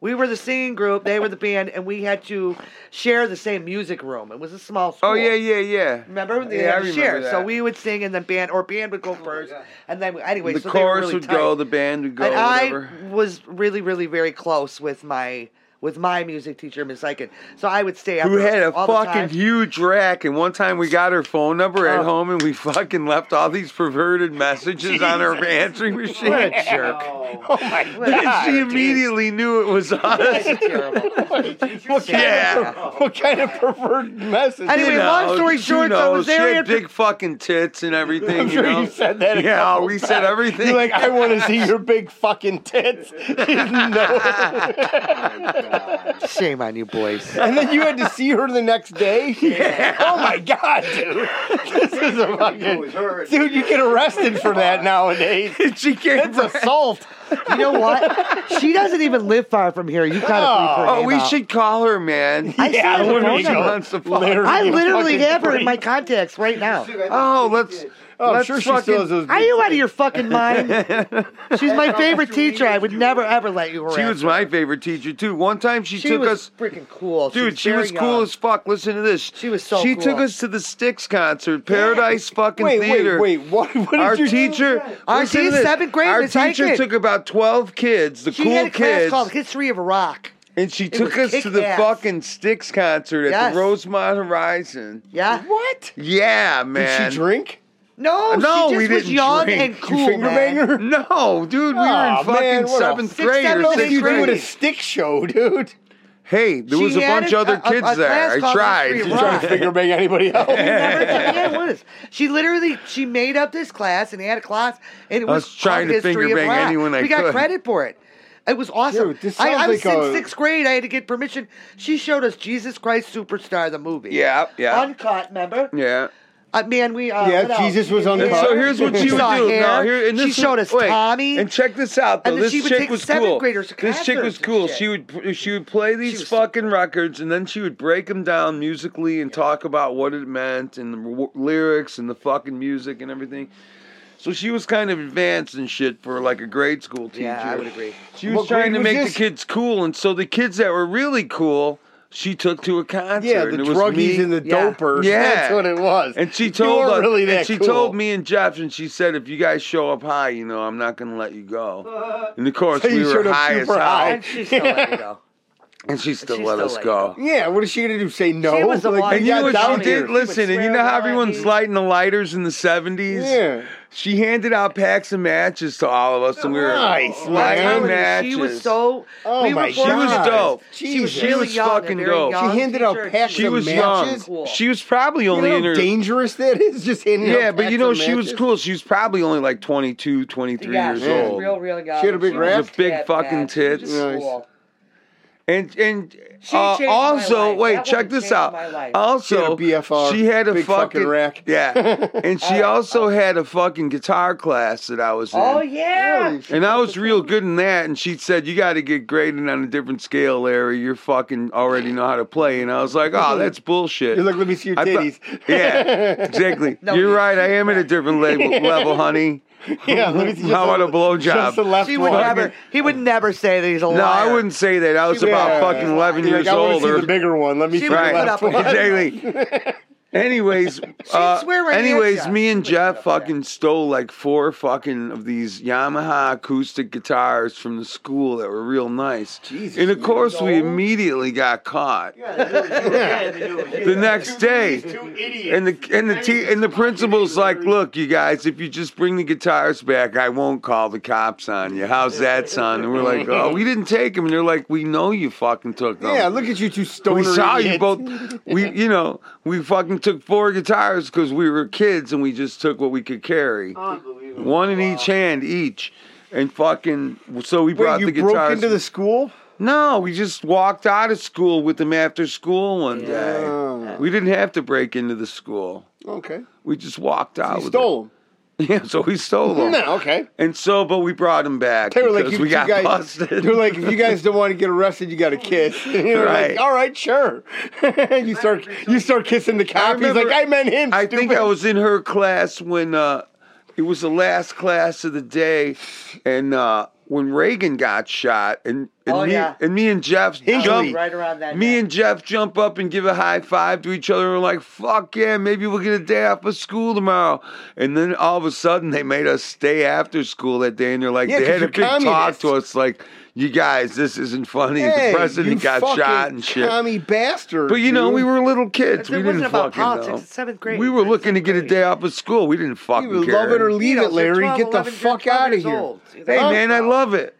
We were the singing group, they were the band, and we had to share the same music room. It was a small school.
Oh yeah, yeah, yeah.
Remember? They
Yeah, I
had to
remember
share. So
that. Oh,
we would sing, and then band or band would go first,
God.
and then anyway,
the
so they were
chorus
really
would
tight.
go, the band would go,
and
whatever.
I was really, really very close with my with my music teacher, Miss Eichen. So I would stay.
who
after
had a
all the
fucking
time.
huge rack. And one time we got her phone number at
Oh.
home and we fucking left all these perverted messages on her answering machine.
What a jerk.
Oh.
And she
God,
immediately knew it was us.
That's terrible.
What kind,
Yeah.
of, per- what kind of perverted message?
Anyway,
You
long
know,
story
you
short, so I
know,
was
she
there
had
after-
big fucking tits and everything.
I'm
you
sure
know?
you said that. a
Yeah,
couple
we said
times.
everything.
You're like, I want to see your big fucking tits. no.
Shame on you, boys.
And then you had to see her the next day. Oh my god, dude! This is a fucking dude. You get arrested for that nowadays.
she came
It's
from.
assault.
You know what? She doesn't even live far from here. You gotta bleep her
Oh,
name
we
out.
should call her, man.
I see
Yeah,
her
when
phone
we
she
number.
go.
wants to fuck.
Larry,
I
you
literally
fucking
have her in
freak.
my contacts right now.
Oh, let's.
Oh, I'm
let's
sure she
fucking-
still has those.
Are you out of your fucking mind? She's my favorite teacher. I would never ever let you harass
She was
her.
my favorite teacher too. One time she,
She
took
was
us.
freaking cool.
Dude, she
very
was cool
young.
as fuck. Listen to this.
She was so
She
cool.
took us to the Styx concert, Paradise fucking
wait,
Theater.
wait, wait. What, what did
Our
you
teacher,
Our
listen to
teacher,
this.
seventh grade,
Our
Miss Eichen.
teacher took about twelve kids, the
She
cool
had a class
kids,
called History of Iraq.
and she took
was
us to the
kick-ass.
fucking Styx concert at
Yes.
the Rosemont Horizon.
Yeah.
What?
Yeah, man.
Did she drink?
No,
No, she
we
just was
didn't
young
drink.
and
You
cool.
you finger
man.
banger?
No, dude, we
Aw,
were in
man,
fucking
what a
seventh
sixth,
grade
seventh,
or
What
Sixth
did
sixth
you do
grade.
at a stick show, dude?
Hey, there
She
was a
had
bunch of other
a- a-
kids
a class
there. I
called
tried.
History of
You
Rock.
tried.
Trying to finger bang anybody else?
Never took- yeah, it was. She literally she made up this class and had a class and it was,
was trying
called
to finger
History of
bang
Rock.
anyone I
We got
could.
credit for it. It was awesome.
Dude, this
I, I
sounds
was
like
in
a-
sixth grade. I had to get permission. She showed us Jesus Christ Superstar, the movie.
Yeah, yeah,
Uncut, remember?
yeah.
Uh, man, we uh,
Yeah,
what else?
Jesus was
And
uncut.
So here's what
We
she would do.
saw hair.
Now, here, and
She
this
showed
was-
us Tommy.
And check this out, though.
And then
this
she would
chick
take
was
seventh
cool.
graders to
this chick was
concerts and
cool.
shit.
She would she would play these
was-
fucking records, and then she would break them down musically and talk about what it meant and the w- lyrics and the fucking music and everything. So she was kind of advanced and shit for like a grade school teacher.
yeah, I would agree.
She was
What grade
trying to
was
make
this?
the kids cool, and so the kids that were really cool, she took to a concert.
Yeah, the
and it was
druggies
me-
and the
Yeah.
dopers.
Yeah.
That's what it was.
and she
You
told
weren't
us,
really that
and she
cool.
told me and Jeff, and she said, "If you guys show up high, you know, I'm not going to let you go." And of course,
Uh, So
we
you
were
showed up
high as
super
hell,
high.
And she still let me go.
and she still
she
let
still
us
let
go.
you
Yeah, what is she gonna do? Say no?
She was the one-
they
And you
got
know what
down
she
here.
did? Listen, and you know how
swear on
everyone's
you.
lighting the lighters in the 70s?
Yeah.
She handed out packs of matches to all of us, and we were
Nice,
lighting
man.
I'm telling you,
matches.
she was so.
Oh
we
my
were
God.
She was
blessed.
dope.
She was
Jesus.
She
really
was
young, a
fucking
very
dope.
She
young
handed out
teacher.
packs
She
of
was young.
matches.
Cool.
She was probably
You
only
know
in
how
her
dangerous that is. Just handing out
Yeah, but you
packs
know,
of
she was
matches?
cool. She was probably only like 22, 23
Yeah,
years
she was
old.
Real, real young.
She had a big
was
rack?
Big
fat,
fucking
man. She was
tits.
Nice.
cool.
And and
She
uh,
changed my
also,
life.
wait,
That
check
woman
this
changed
out.
my life.
Also,
She had a BFR,
She had a
big fucking rack.
Yeah, and she also had a fucking guitar class that I was in.
Oh yeah.
And I was real good in that, and she said, "You got to get graded on a different scale, Larry. You're fucking already know how to play." And I was like, "Oh, that's bullshit."
You're like, let me see your
I thought-
titties.
yeah, exactly.
No,
You're
you-
right. I am at a different level, level honey.
yeah, let me see. just
How about
the-
a blowjob?
Just the left
She would
one.
never. He would never say that he's a liar.
No, I wouldn't say that. I was
Yeah.
about fucking eleven
You're
years
like, I wanna
old.
see
or-
the bigger one. Let me
She
see the
would
Right.
put
left
up with
one.
it.
Exactly. anyways, uh,
swear right at
anyways,
ya.
me and
She would
Jeff
put up with
fucking stole like four fucking of these Yamaha acoustic guitars from the school that were real nice.
Jesus,
and of course, we
years old?
immediately got caught.
Yeah, they do it. You had to do it.
The
You-
next day,
Two idiots.
and the and the te- and the principal's like, "Look, you guys, if you just bring the guitars back, I won't call the cops on you." How's that, son? And we're like, "Oh, we didn't take them." And they're like, "We know you fucking took them."
Yeah, look at you two stoner
we saw you
idiots.
both. We, you know, we fucking took four guitars because we were kids and we just took what we could carry,
Oh,
Unbelievable.
one in each hand, each, and fucking. So we
Wait,
brought
you
the
broke
guitars.
into the school?
no, we just walked out of school with them after school one day.
Oh,
We didn't have to break into the school.
okay.
We just walked out.
You
with
stole them.
It. Yeah, so we stole them.
No, okay.
And so, but we brought them back
They were like,
because
you,
we
you
got
guys,
busted.
They're like, if you guys don't want to get arrested, you got to kiss. And you're
Right.
like, all right, sure. you start, you start kissing the cop. He's
remember-
like, I meant him.
I think
stupid."
I was in her class when uh, it was the last class of the day, and uh, when Reagan got shot, and, and
Oh,
me
yeah.
and me and Jeff jump,
Right around that.
me
day.
and Jeff jump up and give a high five to each other. and We're like, "Fuck yeah, maybe we'll get a day off of school tomorrow." And then all of a sudden, they made us stay after school that day, and they're like,
Yeah,
they
'cause
had a
you're
big talk
communists.
to us, like, "You guys, this isn't funny.
Hey,
the president
you
got
fucking
shot and shit."
Commie bastard.
But you know,
dude.
we were little kids.
It
we
wasn't
didn't
about
fucking
politics.
know.
It's seventh grade.
We were
It's
looking to get a
seventh
day off of school. We didn't
You
fucking
were
care.
love it or leave
You know,
it, Larry.
they're
Get
12,
the
11,
fuck
12
out of
years
here.
old.
hey
Huh?
man, I love it.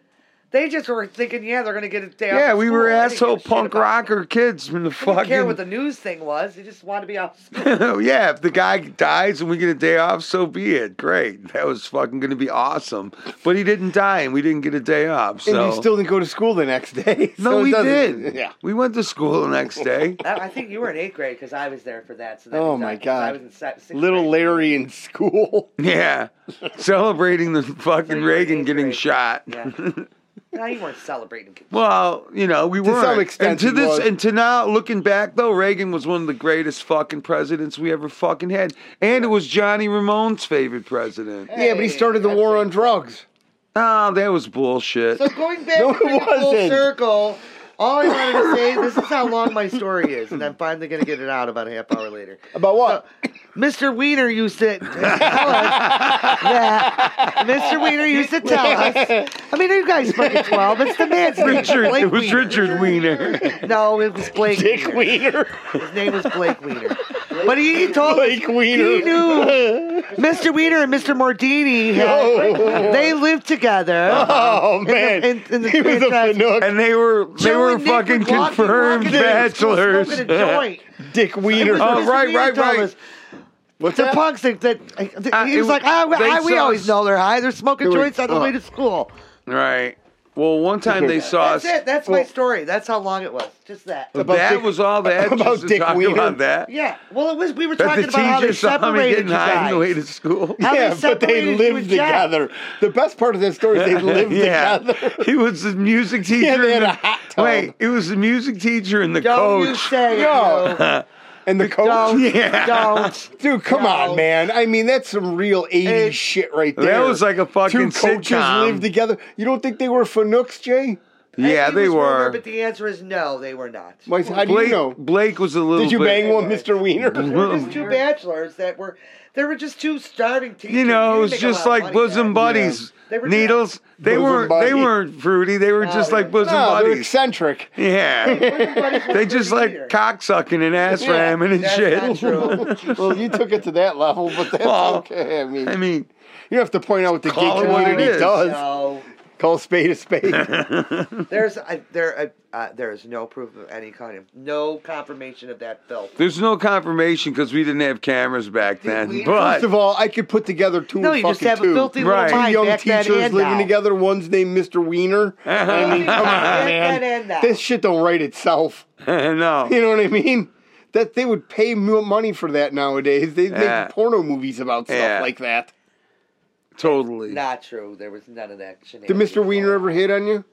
They just were thinking, yeah, they're gonna get a day off.
Yeah,
of
we
school.
were
They didn't give a
asshole
shit
punk
about-
rocker kids from the
They didn't
fucking.
care what the news thing was. They just wanted to be off.
yeah, if the guy dies and we get a day off, so be it. Great, that was fucking going to be awesome. But he didn't die, and we didn't get a day off. So
And you still didn't go to school the next day.
no,
so it
we
doesn't-
did.
Yeah.
we went to school the next day.
I I think you were in eighth grade because I was there for that. So that
Oh
was, uh,
my
'cause
God.
I was in se- sixth
Little
grade.
Larry in school.
Yeah, celebrating the fucking
you were in
Reagan
eighth
getting
grade.
shot.
Yeah. no, you weren't celebrating.
Well, you know, we were
some extent
And to
he
this,
was.
and to now, looking back though, Reagan was one of the greatest fucking presidents we ever fucking had, and it was Johnny Ramone's favorite president.
yeah, but he started the war on drugs.
Oh, that was bullshit.
So going back
No,
to bring
it
it full
wasn't.
circle, all I wanted to say, this is how long my story is, and I'm finally going to get it out about a half hour later.
About what?
Mr. Wiener used to tell us that Mr. Wiener used to tell us. I mean, you guys fucking twelve. It's the man's name.
Richard,
Blake
it was
Wiener.
Richard Wiener.
No, it was Blake.
Dick
Wiener.
Wiener.
His name was Blake Wiener. But he, he told us
Blake Wiener.
he knew Mr. Wiener and Mr. Mordini. Had,
Oh.
they lived together.
Oh
the-
man,
in- in the
he was a
franchise-
Fanook.
and they were they
Joe
were
and Nick would
fucking
walk- he'd walk
confirmed
into the school
bachelors.
smoking a joint.
Dick
It
Wiener.
was
Oh,
Mr.
right,
Wiener
right,
told
right.
us.
What's
The
that?
punks think that
Uh,
he
it
was
was-
like, ah, we-
they
ah, we
saw uh,
always
us-
know they're high. They're smoking
They were-
joints on the way
uh.
to school.
Right. Well, one time they saw us.
That's it. That's my story. That's how long it was. Just that.
About
that
Dick-
was all that.
about
About
Dick
Dick talking
Wiener?
about that.
Yeah. Well, it was. We were
That
talking
the
about how they
teacher saw me
separated
getting
you
high on the way
guys.
to school.
How they
yeah, but they
separated you
lived
and Jack.
together. The best part of that story is they lived together.
He was the music teacher.
Yeah, they
in
had
the-
a hot tub.
Wait, it was the music teacher and the
Don't you
coach.
say it,
Yeah.
no.
And the coach,
Don't.
Yeah.
Don't.
dude, come
No.
on, man. I mean, that's some real '80s shit right there.
That was like a fucking
two coaches
sitcom.
lived together. You don't think they were Fanooks, Jay?
yeah,
He
they
was rumored,
were.
But the answer is no, they were not.
Why- How do
Blake,
you know?
Blake was a little.
Did you
bit,
bang one, Mr. Wiener?
There were just two bachelors that were. There were just two starting teachers.
You know, it was
didn't make a
just
lot of
like
money
bosom
back then.
buddies.
They were
Needles. They
Bosom
weren't. They
buddy.
weren't fruity. They were just like bosom
No, they're
buddies.
eccentric.
Yeah. they just like
either.
cock sucking and ass
Yeah,
ramming and
That's
shit.
not true.
Well, you took it to that level, but that's
Well,
okay. I mean,
I mean,
you have to point out what the
call
gay
it what
community
it is.
does.
No,
Call a spade a spade.
there's I, there uh, uh, there is no proof of any kind of no confirmation of that filth.
there's no confirmation because we didn't have cameras back then.
we-
But
First of all, I could put together two
No,
and
you
fucking
just have
two.
a filthy
Right.
little
Two
Two
mind
young
back then
teachers
and
living
now.
together. One's named Mr. Wiener. I mean, come on,
Back
man.
then and now.
This shit don't write itself.
no.
You know what I mean? That they would pay mo- money for that nowadays. They
Yeah.
make porno movies about stuff
Yeah.
like that.
Totally.
Not true. There was none of that.
Did Mr. Wiener ever hit on you?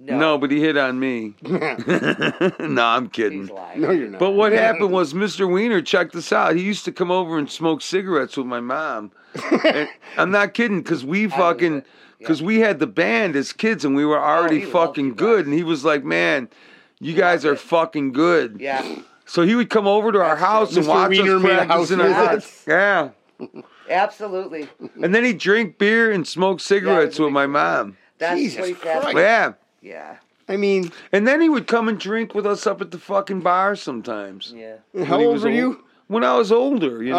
No.
No. but he hit on me. no, I'm kidding.
He's lying.
No, you're not.
But what happened was Mr. Wiener, check this out. He used to come over and smoke cigarettes with my mom. And I'm not kidding, because we fucking,
it, Oh,
because we had the band as kids and we were already
he loved you
fucking
guys.
good. And he was like, man, you guys are fucking good.
Yeah.
So he would come over to our house and
Mr.
watch
Wiener
us
made
practice
house
in our house.
visits.
Yeah.
Absolutely.
And then he'd drink beer and smoke cigarettes
a
with
big
my
deal.
mom.
That's
Jesus
what he said.
Christ.
Yeah.
Yeah.
I mean,
And then he would come and drink with us up at the fucking bar sometimes.
Yeah.
how
he
old
was
were
old-
you?
When I was older, you know.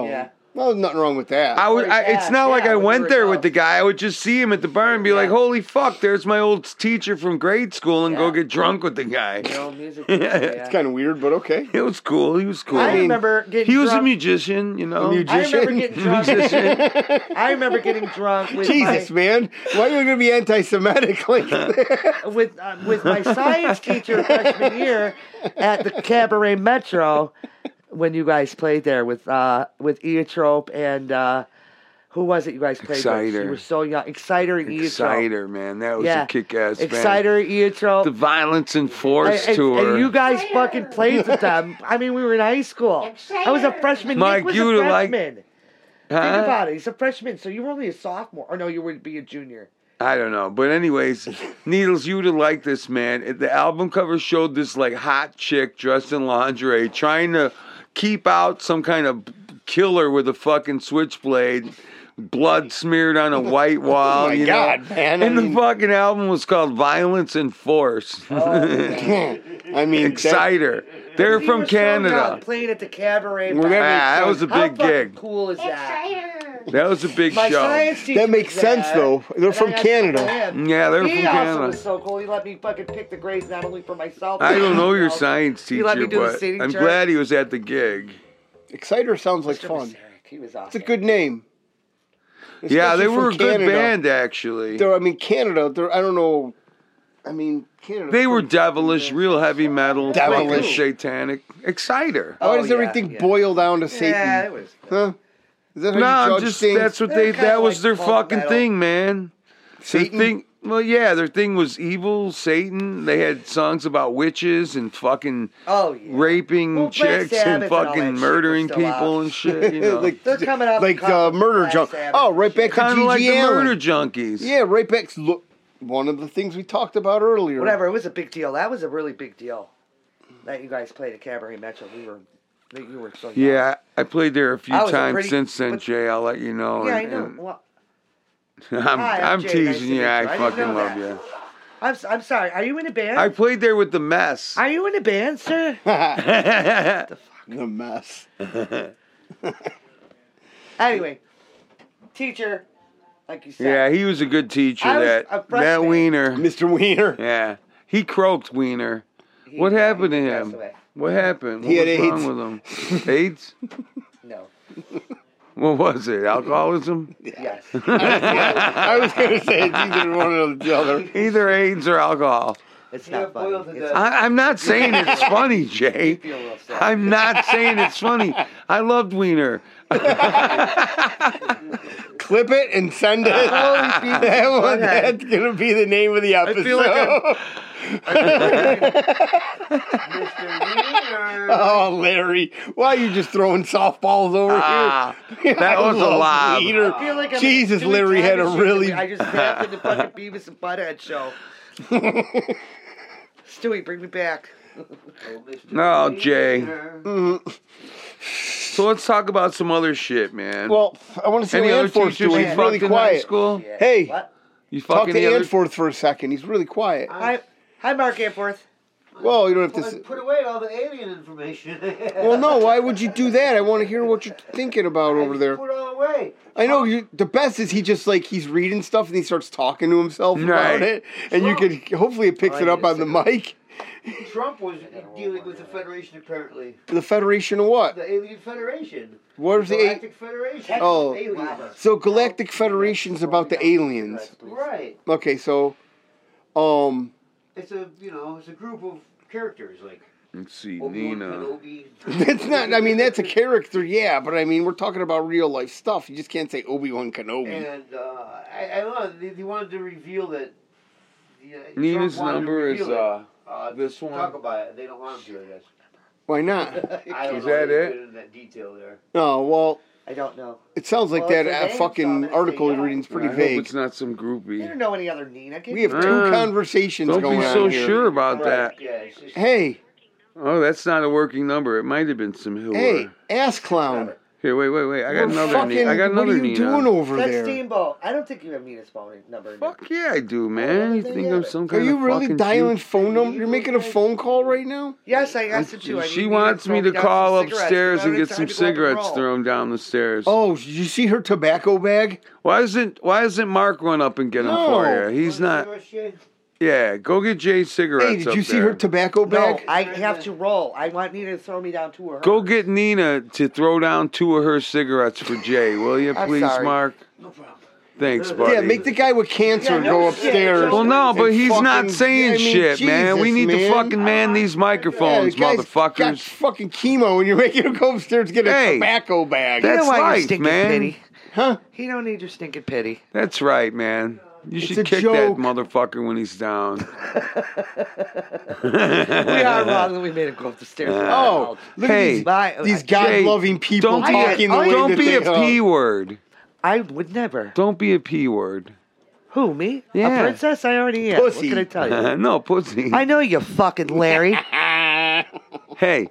Oh,
Yeah.
Well, there's nothing wrong with that.
I would, I,
Yeah,
it's not like
yeah,
I
when you
went
were
there
young.
with the guy. I would just see him at the bar and be like, "Holy fuck, there's my old teacher from grade school," and go
Yeah.
get drunk with the guy.
Your own music.
it's
yeah.
kind of weird, but okay.
It was cool. He was cool.
I
mean,
remember getting
he was a
drunk.
musician, you know.
musician.
I remember getting drunk. I remember getting drunk with
Jesus, man, why are you going to be anti-Semitic like
Oh,
that?
my with uh, with my science teacher freshman year at the Cabaret Metro when you guys played there with uh with Eotrope and uh who was it you guys played with?
Exciter.
You were so young. Exciter and Eotrope.
Exciter, man, that was
Yeah.
a kick-ass band.
Exciter, Eotrope.
the Violence and
and,
Force
and-
tour.
and you guys
Exciter.
fucking played with them. I mean, we were in high school. I was a
Exciter.
freshman.
Mike,
Nick was
you
a
would've liked-
freshman.
Huh?
Think about it. He's a freshman, so you were only a sophomore. Or no, you would be a junior.
I don't know. But anyways, Needles, you would have liked this, man. It- The album cover showed this like hot chick dressed in lingerie trying to keep out some kind of killer with a fucking switchblade, blood smered
Oh
on a white wall.
my
you know?
God, man, I
And the
mean-
fucking album was called Violence and Force.
Oh,
I mean, that,
Exciter. They're
We
from
were so young,
Canada.
playing at the cabaret.
We're
back
gonna-
Ah, that was a
then. How
big
fucking
gig.
cool is that?
That was a big
My
show.
science teacher
that makes
was there,
sense though. They're
and I
from
got
Canada.
to know him.
Yeah, Mm, they're from
He also
Canada.
was so cool. He let me fucking pick the grades not only for myself.
I don't know your
but-
science
You let me
teacher,
do the
but
sitting
I'm
chart?
glad he was at the gig.
Exciter sounds like
Mr. Masaryk,
fun.
He was awesome.
It's a good name.
Yeah,
Especially
they
from
were a good
Canada.
band actually.
They're, I mean, Canada. They're, I don't know. I mean, Canada.
They were devilish, real heavy metal, fucking
Devilish.
satanic, exciter.
Why
Oh,
does
yeah,
everything
yeah.
boil down to Satan?
Yeah, it was. Cool.
Huh? Is that how
No,
you
I'm
judge
just
things?
that's what
They're
they
kinda
that was
like
their
folk
fucking
metal.
thing, man.
Satan?
Their thing, well, yeah, their thing was evil, Satan. They had songs about witches and fucking
Oh yeah.
raping
Well, Black
chicks
Sabbath
and
and all
fucking
that shit was
murdering
still
people
out.
and shit. You know?
like
They're coming out
like
the
uh,
coffin
murder
Black
junk.
Sabbath
Oh,
and
right back to
kind of
G.G.
like the
Allen.
murder junkies.
Yeah, right back. Look, one of the things we talked about earlier.
Whatever. It was a big deal. That was a really big deal. That you guys played at Cabaret Metro. We were. That you were so young.
Yeah, I played there a few
I was a
times
pretty-
since then,
but-
Jay. I'll let you know.
Yeah, I
and-
know.
and
Well,
I'm,
Hi, I'm
I'm
Jay. Nice to
teasing
meet
you.
you. I
I,
didn't
fucking
know
love
that.
you.
I'm, s- I'm sorry. Are you in a band?
I played there with the mess.
Are you in a band, sir?
The mess.
anyway, teacher, like you said.
Yeah, he was a good teacher.
I was
that
a freshman.
that wiener.
Mr. Wiener.
Yeah, he croaked wiener.
he-
What
he
happened to
passed
him?
away.
What happened? What
He had
was wrong with him? AIDS?
No.
What What was it? Alcoholism?
Yes. I was going to say it's either one or the other.
Either AIDS or alcohol.
It's
Yeah,
not
boiled to
funny. It's,
death.
I, I'm not saying it's funny, Jay.
Feel real sad.
I'm not saying it's funny. I loved Wiener.
Clip it and send it. that one,
Okay.
That's going to be the name of the episode.
feel like
Mr. Wiener.
Oh, Larry, why are you just throwing softballs over
Ah,
here?
that
I
was a
love
lob.
Wiener.
I feel like I'm
Jesus,
doing
Larry had a
time machine.
really-
I just back in the fucking Beavis and Butthead show. Stewie, bring me back.
Oh, Mr.
No, Jay.
Wiener.
So let's talk about some other shit, man.
Well, I want to see
any other
Land Force
teacher
do.
you
He's
fucked
really
in high
quiet.
school?
Hey,
What?
You
talk
fucking
to Anforth for a second. He's really quiet.
Hi, hi, Mark Amforth.
Well, you don't have
Well,
to.
then
s-
put away all the alien information.
Well, no. Why would you do that? I want to hear what you're thinking about over there.
Put it all away.
I know you. The best is he just like he's reading stuff and he starts talking to himself
Right.
about it, and you can hopefully it picks it up on the mic.
Trump was dealing with the Federation, apparently.
The Federation of what?
The Alien Federation.
What is the? A-
Galactic Federation.
Oh.
Alien.
so Galactic Federation's about the aliens.
Right.
Okay, so, um,
It's a, you know, it's a group of characters, like
Let's see,
Obi-Wan
Nina.
Kenobi. uh,
that's not. I mean, that's a character, yeah, but I mean, we're talking about real life stuff. You just can't say Obi Wan Kenobi.
And uh, I, I don't know, they, they wanted to reveal that. yeah, Trump
Nina's
wanted to
number is
reveal it.
uh.
uh,
this one.
Talk about it. They don't want him to, I guess.
Why not?
I don't
Is
know
that
if they
it?
did in that detail there.
No, well,
I don't know.
it sounds like
Well, it's
that
a
uh,
name, so
fucking
it's a
article
guy.
you're reading is pretty
I hope
vague.
it's not some
You don't
groupie.
know any other Nina.
We have
Uh,
two conversations
Don't
going
be
on
so
here.
sure about
Right,
that.
Yeah, it's just,
Hey,
Oh, that's not a working number. It might have been some who.
hey, ass clown.
Here, wait, wait, wait. I got
We're
another.
fucking-
Ni- I got another.
What are you
Nina.
doing over
That's
there?
Steamboat. I don't think you have Nina's phone number. in
Fuck yeah, I do, man.
well,
You
then
think
yeah.
I'm some
Are
kind
you
of
really
fucking
dialing
Jew?
phone number? You're making a phone call right now?
there. Yes, I asked it to. I
She
need
wants me to
Nina's phone down some
call
cigarettes.
upstairs
Now
and
it's
get some
time to go up and
cigarettes
roll.
thrown down the stairs.
Oh, did you see her tobacco bag?
Why isn't Why isn't Mark run up and get them
No.
for you? He's not. Yeah, go get Jay's cigarettes.
Hey, did
up
you see
there.
her tobacco
No,
bag?
I have to roll. I want Nina to throw me down to her.
Go get Nina to throw down two of her cigarettes for Jay, will you,
I'm
please,
sorry.
Mark?
No problem.
Thanks, buddy.
yeah, make the guy with cancer
Yeah, no
go
shit, Joe.
upstairs.
Well, no,
and
but he's not
fucking-
saying
yeah, I mean,
shit, man. We
Jesus,
need to
man.
fucking man these
Yeah, the
microphones,
guy's Got
motherfuckers.
fucking chemo, and you're making him go upstairs and get a
Hey,
tobacco bag.
He
that-
don't
That's
want your
life,
stinking
man.
pity.
huh?
He don't need your stinking pity.
That's right, man. You
a
should kick that
joke.
motherfucker when he's down.
We are
Uh-huh.
wrong that we made him go up the stairs.
Oh, look
Hey,
My- uh,
at these, these
Jay,
God-loving people
Don't be
talking the
a,
way
don't
that
be
they
a p word.
I would never.
Don't be a p word.
Who me?
Yeah. Uh-huh.
A princess? I already am.
Pussy.
What can I tell you?
no, pussy.
I know you fucking Larry.
hey.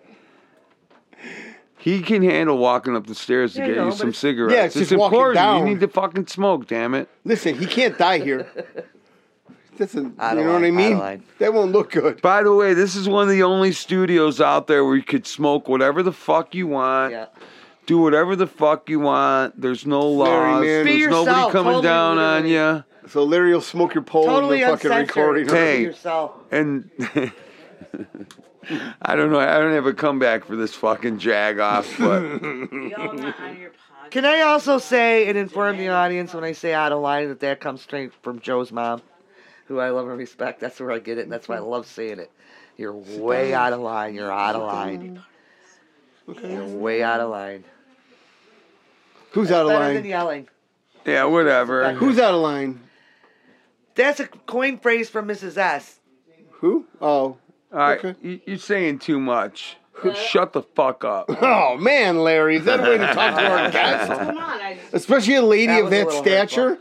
He can handle walking up the stairs to
Yeah, I
get
know,
you
but
some
it's-
cigarettes.
Yeah, it's
it's
just walking
important.
down.
You need to fucking smoke, damn it.
Listen, he can't die here. Listen,
Out
you
of
know what I
line, out of
mean?
line.
That won't look good.
By the way, this is one of the only studios out there where you could smoke whatever the fuck you want,
yeah.
do whatever the fuck you want. There's no
Larry,
laws.
man.
There's
Be
nobody
yourself,
coming
totally
down on
literally.
you.
So Larry will smoke your pole
Totally
in the fucking
uncensored.
recording.
Hey.
Be yourself.
And I don't know. I don't have a comeback for this fucking jag off, but
Y'all not on your podcast.
Can I also say and inform the audience when I say out of line that that comes straight from Joe's mom, who I love and respect. That's where I get it, and that's why I love saying it. You're way out of line. You're out of line. You're way out of line.
Who's out of
Better than
line?
yelling.
yeah, whatever.
Who's out of line?
That's a coin phrase from Mrs. S.
Who? Oh.
All right,
Okay.
you, you're saying too much. Shut the fuck up.
Oh man, Larry, is that a way to talk to our guest?
Come on, I just,
Especially a lady
That
of
was a
that
little
stature.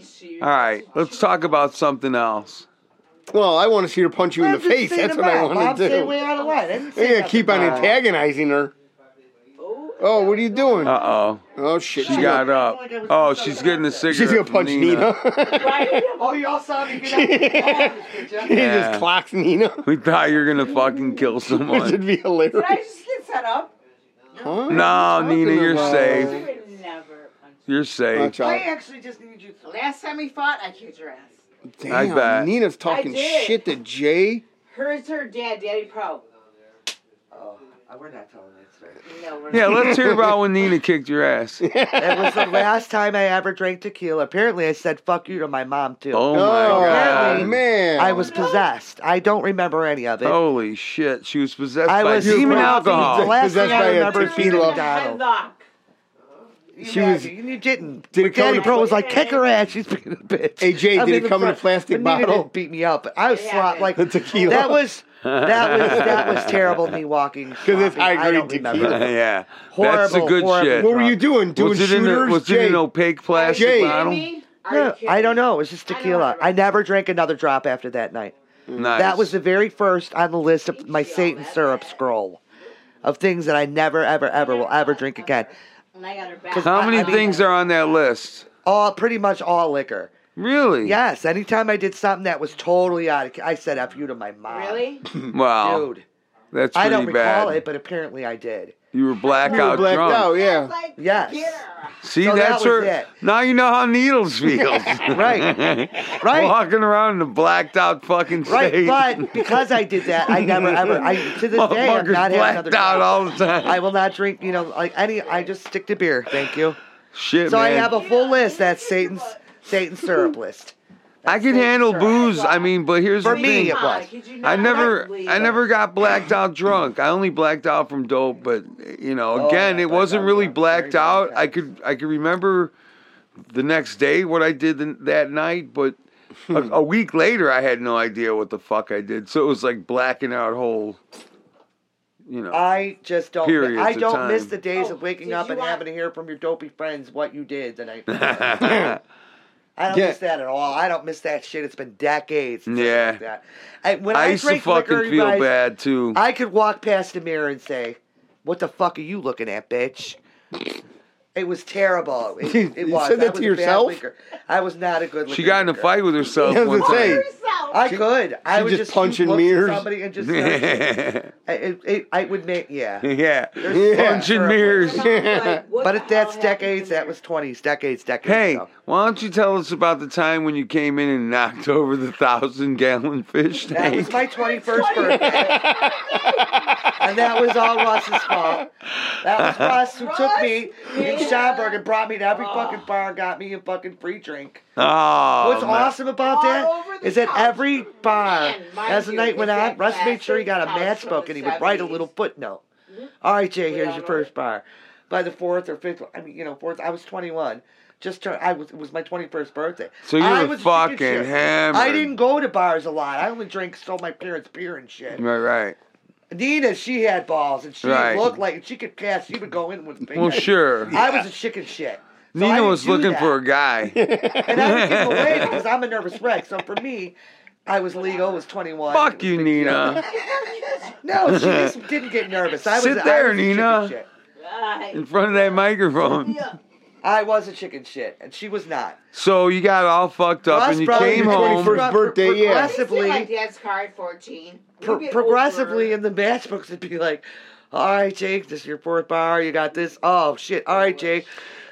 she.
All right, let's talk about something else.
Well, I want to see her punch you in the
I'm just
face.
saying
That's
it
what I
back.
want
Bob
to
said
do.
way out of line. I didn't say
They gotta
nothing.
keep on antagonizing her.
Oh,
Oh, what are you doing?
Uh oh,
oh shit,
she got up. Oh, she's getting a cigarette.
She's gonna
from
punch Nina.
right?
Oh, y'all saw me get out of the
he
picture.
Yeah.
just clocks Nina.
We thought you were gonna fucking kill
Which
someone.
would be
Did I
hilarious.
just get set up?
Huh?
No, Nina, you're
about?
I
safe.
would never punch you.
You're
Watch
safe.
I
out.
actually just need you. to-
Last time we fought, I kicked your ass.
Damn,
I bet.
Nina's talking
I did.
shit to Jay.
Hers, her dad, Daddy Pro.
Uh, we're not telling that story.
No, we're
Yeah, let's hear about when Nina kicked your ass.
It was the last time I ever drank tequila. Apparently, I said "fuck you" to my mom too.
Oh my
Oh,
god.
man.
I was possessed. I don't remember any of it.
Holy shit. She was possessed
I
by
was
demon
possessed. The
alcohol.
last thing
Possessed by
I
a
remember is
tequila.
Donald.
I'm the-
She
Yeah,
was-
You, you didn't.
Did it
But
come
Daddy
in a
Pro
pla-
was like, kick her ass. She's being a bitch.
Hey, Jay, did it
the
come in a
front-
plastic
but Nina
bottle?
Didn't beat me up. I was
It
slot
happened.
like
The tequila.
That was that was that was terrible. Me walking because
it's high-grade
I don't
tequila.
remember.
yeah. That's the
Horrible,
good
horrible.
shit.
what were you doing? Doing
was it, in,
shooters?
a, was
Jay.
it an opaque plastic
Jay.
bottle?
Me? Are you
No,
kidding
I don't
me?
know. It was just
I don't
tequila.
remember.
I, never drank another drop after that night.
Nice.
That was the very first on the list of my
Thank you,
Satan
that's
syrup
bad.
scroll of things that I never, ever, ever will ever drink again.
And I got her back.
How many
I- I mean-
things are on that list?
All pretty much all liquor.
Really?
Yes. Anytime I did something that was totally out of, I said "f you" to my mom.
Really?
Wow.
dude?
That's Oh, pretty
I don't
bad.
recall it, but apparently I did.
You were blackout
You were blacked
drunk.
out, yeah.
Like,
Oh, Yes.
yeah.
See,
So that
that's
was
her.
it.
Now you know how needles feels.
Right, right.
Walking around in a blacked out fucking
Right,
state.
but because I did that, I never ever. I to this day, I'm
Motherfuckers
not having another.
blacked out
drink.
all the time.
I will not drink. You know, like any. I just stick to beer. Thank you.
Shit,
So I
man.
have a full list. That's Satan's Satan's syrup list.
I can handle booze. I mean, but here's
For
the
me,
thing.
it was.
Could you
I
not
never,
leave?
I never got blacked out drunk. I only blacked out from dope, but you know,
Oh,
again,
yeah,
it wasn't
blacked out
really
drunk,
blacked
very
out.
blacked
I
out.
could, I could remember the next day what I did the, that night, but a, a week later, I had no idea what the fuck I did. So it was like blacking out whole, you know.
I just don't.
Periods
I
of
don't
time.
miss the days
Oh,
of waking
did
up
you
and
want-
having to hear from your dopey friends what you did the night. before.
yeah,
I don't
Yeah.
miss that at all. I don't miss that shit. It's been decades. Since
Yeah.
I did that. I, when I,
I used to
drink
fucking
liquor, you
feel
guys,
bad too.
I could walk past the mirror and say, "What the fuck are you looking at, bitch?" It was terrible. It,
You-
it
you
was.
said
I
that
was
to
a bad
yourself?
liquor. I was not a good.
she
liquor
got in a
drinker.
fight with herself
I was
one
gonna say.
time.
Yourself.
I could. I
she
would
just
just, shoot
punching
looks at
mirrors?
Somebody and just uh,
yeah,
I- it, it, I would make yeah.
yeah.
Yeah.
Punching mirrors.
Like, what
But
the
if that's
hell happened
decades,
to
that
me?
was twenties, decades, decades.
Hey,
ago.
why don't you tell us about the time when you came in and knocked over the thousand gallon fish
that
tank?
was my twenty-first birthday, and that was all Russ's fault. That was Russ who took me in
Yeah.
Schaumburg and brought me to every fucking bar and got me a fucking free drink.
oh,
What's
man.
awesome about
All over
that
the
is that
couch.
every bar,
Man, mind
as the
you,
night went
it's
on,
that
Russ made sure he got a
classic couch
matchbook
from
and he
the
would write a
70s.
little footnote. All right, Jay,
We
here's
all
your
know
first
Mm-hmm. it.
bar. By the fourth or fifth, I mean, you know, fourth, I was 21. Just turned, I was, it was my 21st birthday.
So you
I
were
was a chicken
fucking
shit.
hammered.
I didn't go to bars a lot. I only drank, stole my parents' beer and shit.
Right, right.
Nina, she had balls and she
Right.
looked like she could cast, she would go in with big
Well,
eyes.
sure.
I was a chicken shit. So I
Nina
didn't
was
do
looking
that.
for a guy.
And I would give away because I'm a nervous wreck. So for me, I was legal. I was 21.
Fuck you, Nina.
No, she just didn't get nervous. I was
Sit
I
there,
was a chicken
Nina.
shit.
In
Right.
front of that microphone.
Yeah.
I was a chicken shit, and she was not.
So you got all fucked up
Russ
and you
brought
came
your
home.
21st birthday, yeah.
Still my
Progressively,
dad's car at 14. You
pro-
get
progressively
older.
in the matchbooks, it'd be like, "All right, Jake, this is your fourth bar. You got this. Oh shit! All right, Jake."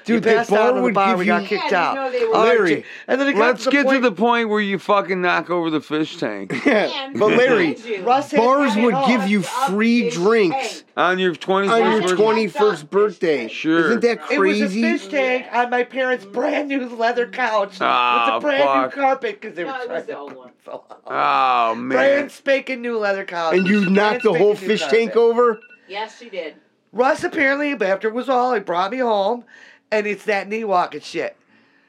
You
Dude, that
passed
bar
out on the
would
bar.
give
We
you-
got kicked
Yeah,
out.
you know they were-
All right,
Larry,
Jake. and then it got
Let's
to the
get to
point-
the point where you fucking knock over the fish tank
Yeah.
And
But Larry,
mind you,
Russ had
bars
gotten
would
home.
give you free
Up is
drinks
on your
on your
21st birthday.
21st birthday.
Sure.
Isn't that
It was a
crazy?
fish tank on my parents' brand new leather couch
Ah,
with a brand
fuck.
new carpet because they were
No, it
trying
was the
to
old one.
fill out.
Oh, man.
Brand spanking new leather couch.
Ah, and you
Brand
knocked the whole
spanking new
fish tank
carpet.
over?
Yes, she did.
Russ apparently after it was all, he brought me home, and it's that knee walking shit.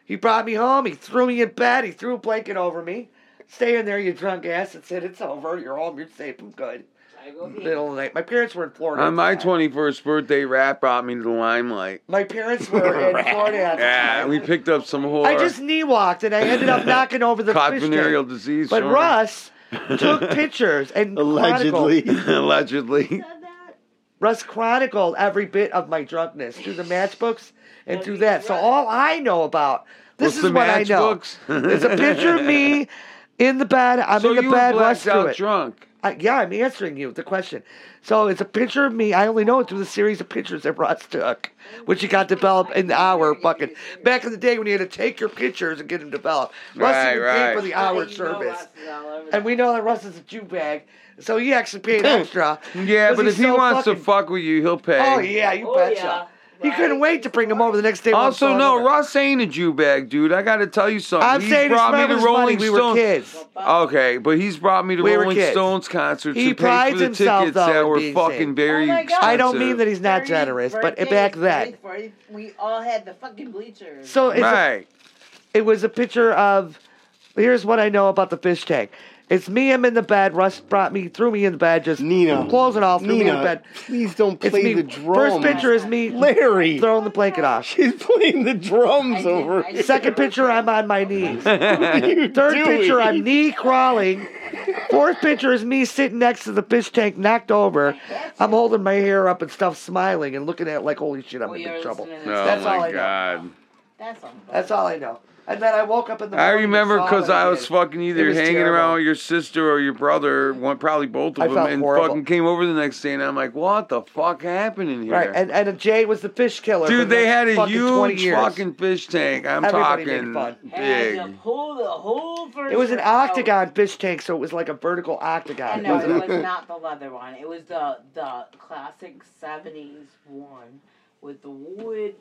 He brought me home. He threw me in bed. He threw a blanket over me. Stay in there, you drunk ass, and said it's over. You're home. You're safe. I'm good.
I go pee.
Middle of the night. My parents were in Florida.
On my
at the time.
21st birthday, rap brought me to the limelight.
My parents were in Florida. at the
Yeah,
time.
we picked up some whore.
I just knee walked, and I ended up knocking over the
caught
fish
venereal
tank.
disease.
But
sure.
Russ took pictures and
Allegedly.
chronicled-
allegedly.
Russ chronicled every bit of my drunkenness through the matchbooks and through that. So all I know about this
What's
is
the
what I know.
matchbooks?
It's a picture of me in the bed. I'm
so
in the
you
bed.
blacked
Russ threw
out
it.
drunk.
I, yeah, I'm answering you the question. So it's a picture of me. I only know it through the series of pictures that Russ took,
Oh,
which he got developed in the hour. Fucking back in the day when you had to take your pictures and get them developed. Russ
Right,
even
right.
paid for the hour service, and we know that Russ is a Jew bag. So he actually paid extra.
Yeah,
'cause
but
he's
if he
so
wants to
fucking-
fuck with you, he'll pay.
Oh yeah, you
Oh,
betcha.
yeah.
He
Right.
couldn't wait to bring him over the next day. when I saw
Also,
him
no,
over.
Ross ain't a Jew bag, dude. I got to tell you something.
I'm
He's
saying it's
brought me to
Reverend's money.
Rolling
We were
Stones.
kids.
Okay, but he's brought me to
We were
Rolling
kids.
Stones concerts
He
to pay
prides
for the
himself,
tickets
though,
that
in
were
being
fucking
safe.
very
Oh my God.
expensive.
I don't mean that he's not
Bernie's
generous, but
birthday
back
is
then.
May 4th. We all had the fucking bleachers.
So it's a-
right.
it was a picture of. Here's what I know about the fish tank. It's me. I'm in the bed. Russ brought me, threw me in the bed, just
Nina.
clothes it off, threw me in the
Nina,
bed.
please don't
It's
play
me.
the drums.
First picture is me
Larry.
throwing the blanket off.
He's playing the drums
I did-
over.
I
here.
did.
Second picture, I'm on my knees.
What are you
Third
doing?
picture, I'm knee crawling. Fourth picture is me sitting next to the fish tank, knocked over. I'm holding my hair up and stuff, smiling and looking at it like, holy shit, I'm
We
in
are
big trouble.
listening to
Oh
this.
That's
my
all I know.
god.
That's all.
That's all I know. And then I woke up in the
I
morning.
remember because I was
fucking.
fucking either
It was
hanging around
terrible.
with your sister or your brother, one probably both of
I
them,
felt
and
horrible.
fucking came over the next day, and I'm like, "What the fuck happened in here?"
Right, and and Jay was the fish killer. for
Dude,
the
they had
next
a
fucking 20
huge
years.
fucking fish tank. I'm
Everybody made
talking
fun.
And you
big.
pull the whole
It was an
furniture out.
octagon fish tank, so it was like a vertical
I
octagon.
know
wasn't
it was not the leather one. It was the the classic '70s one with the wood.
it?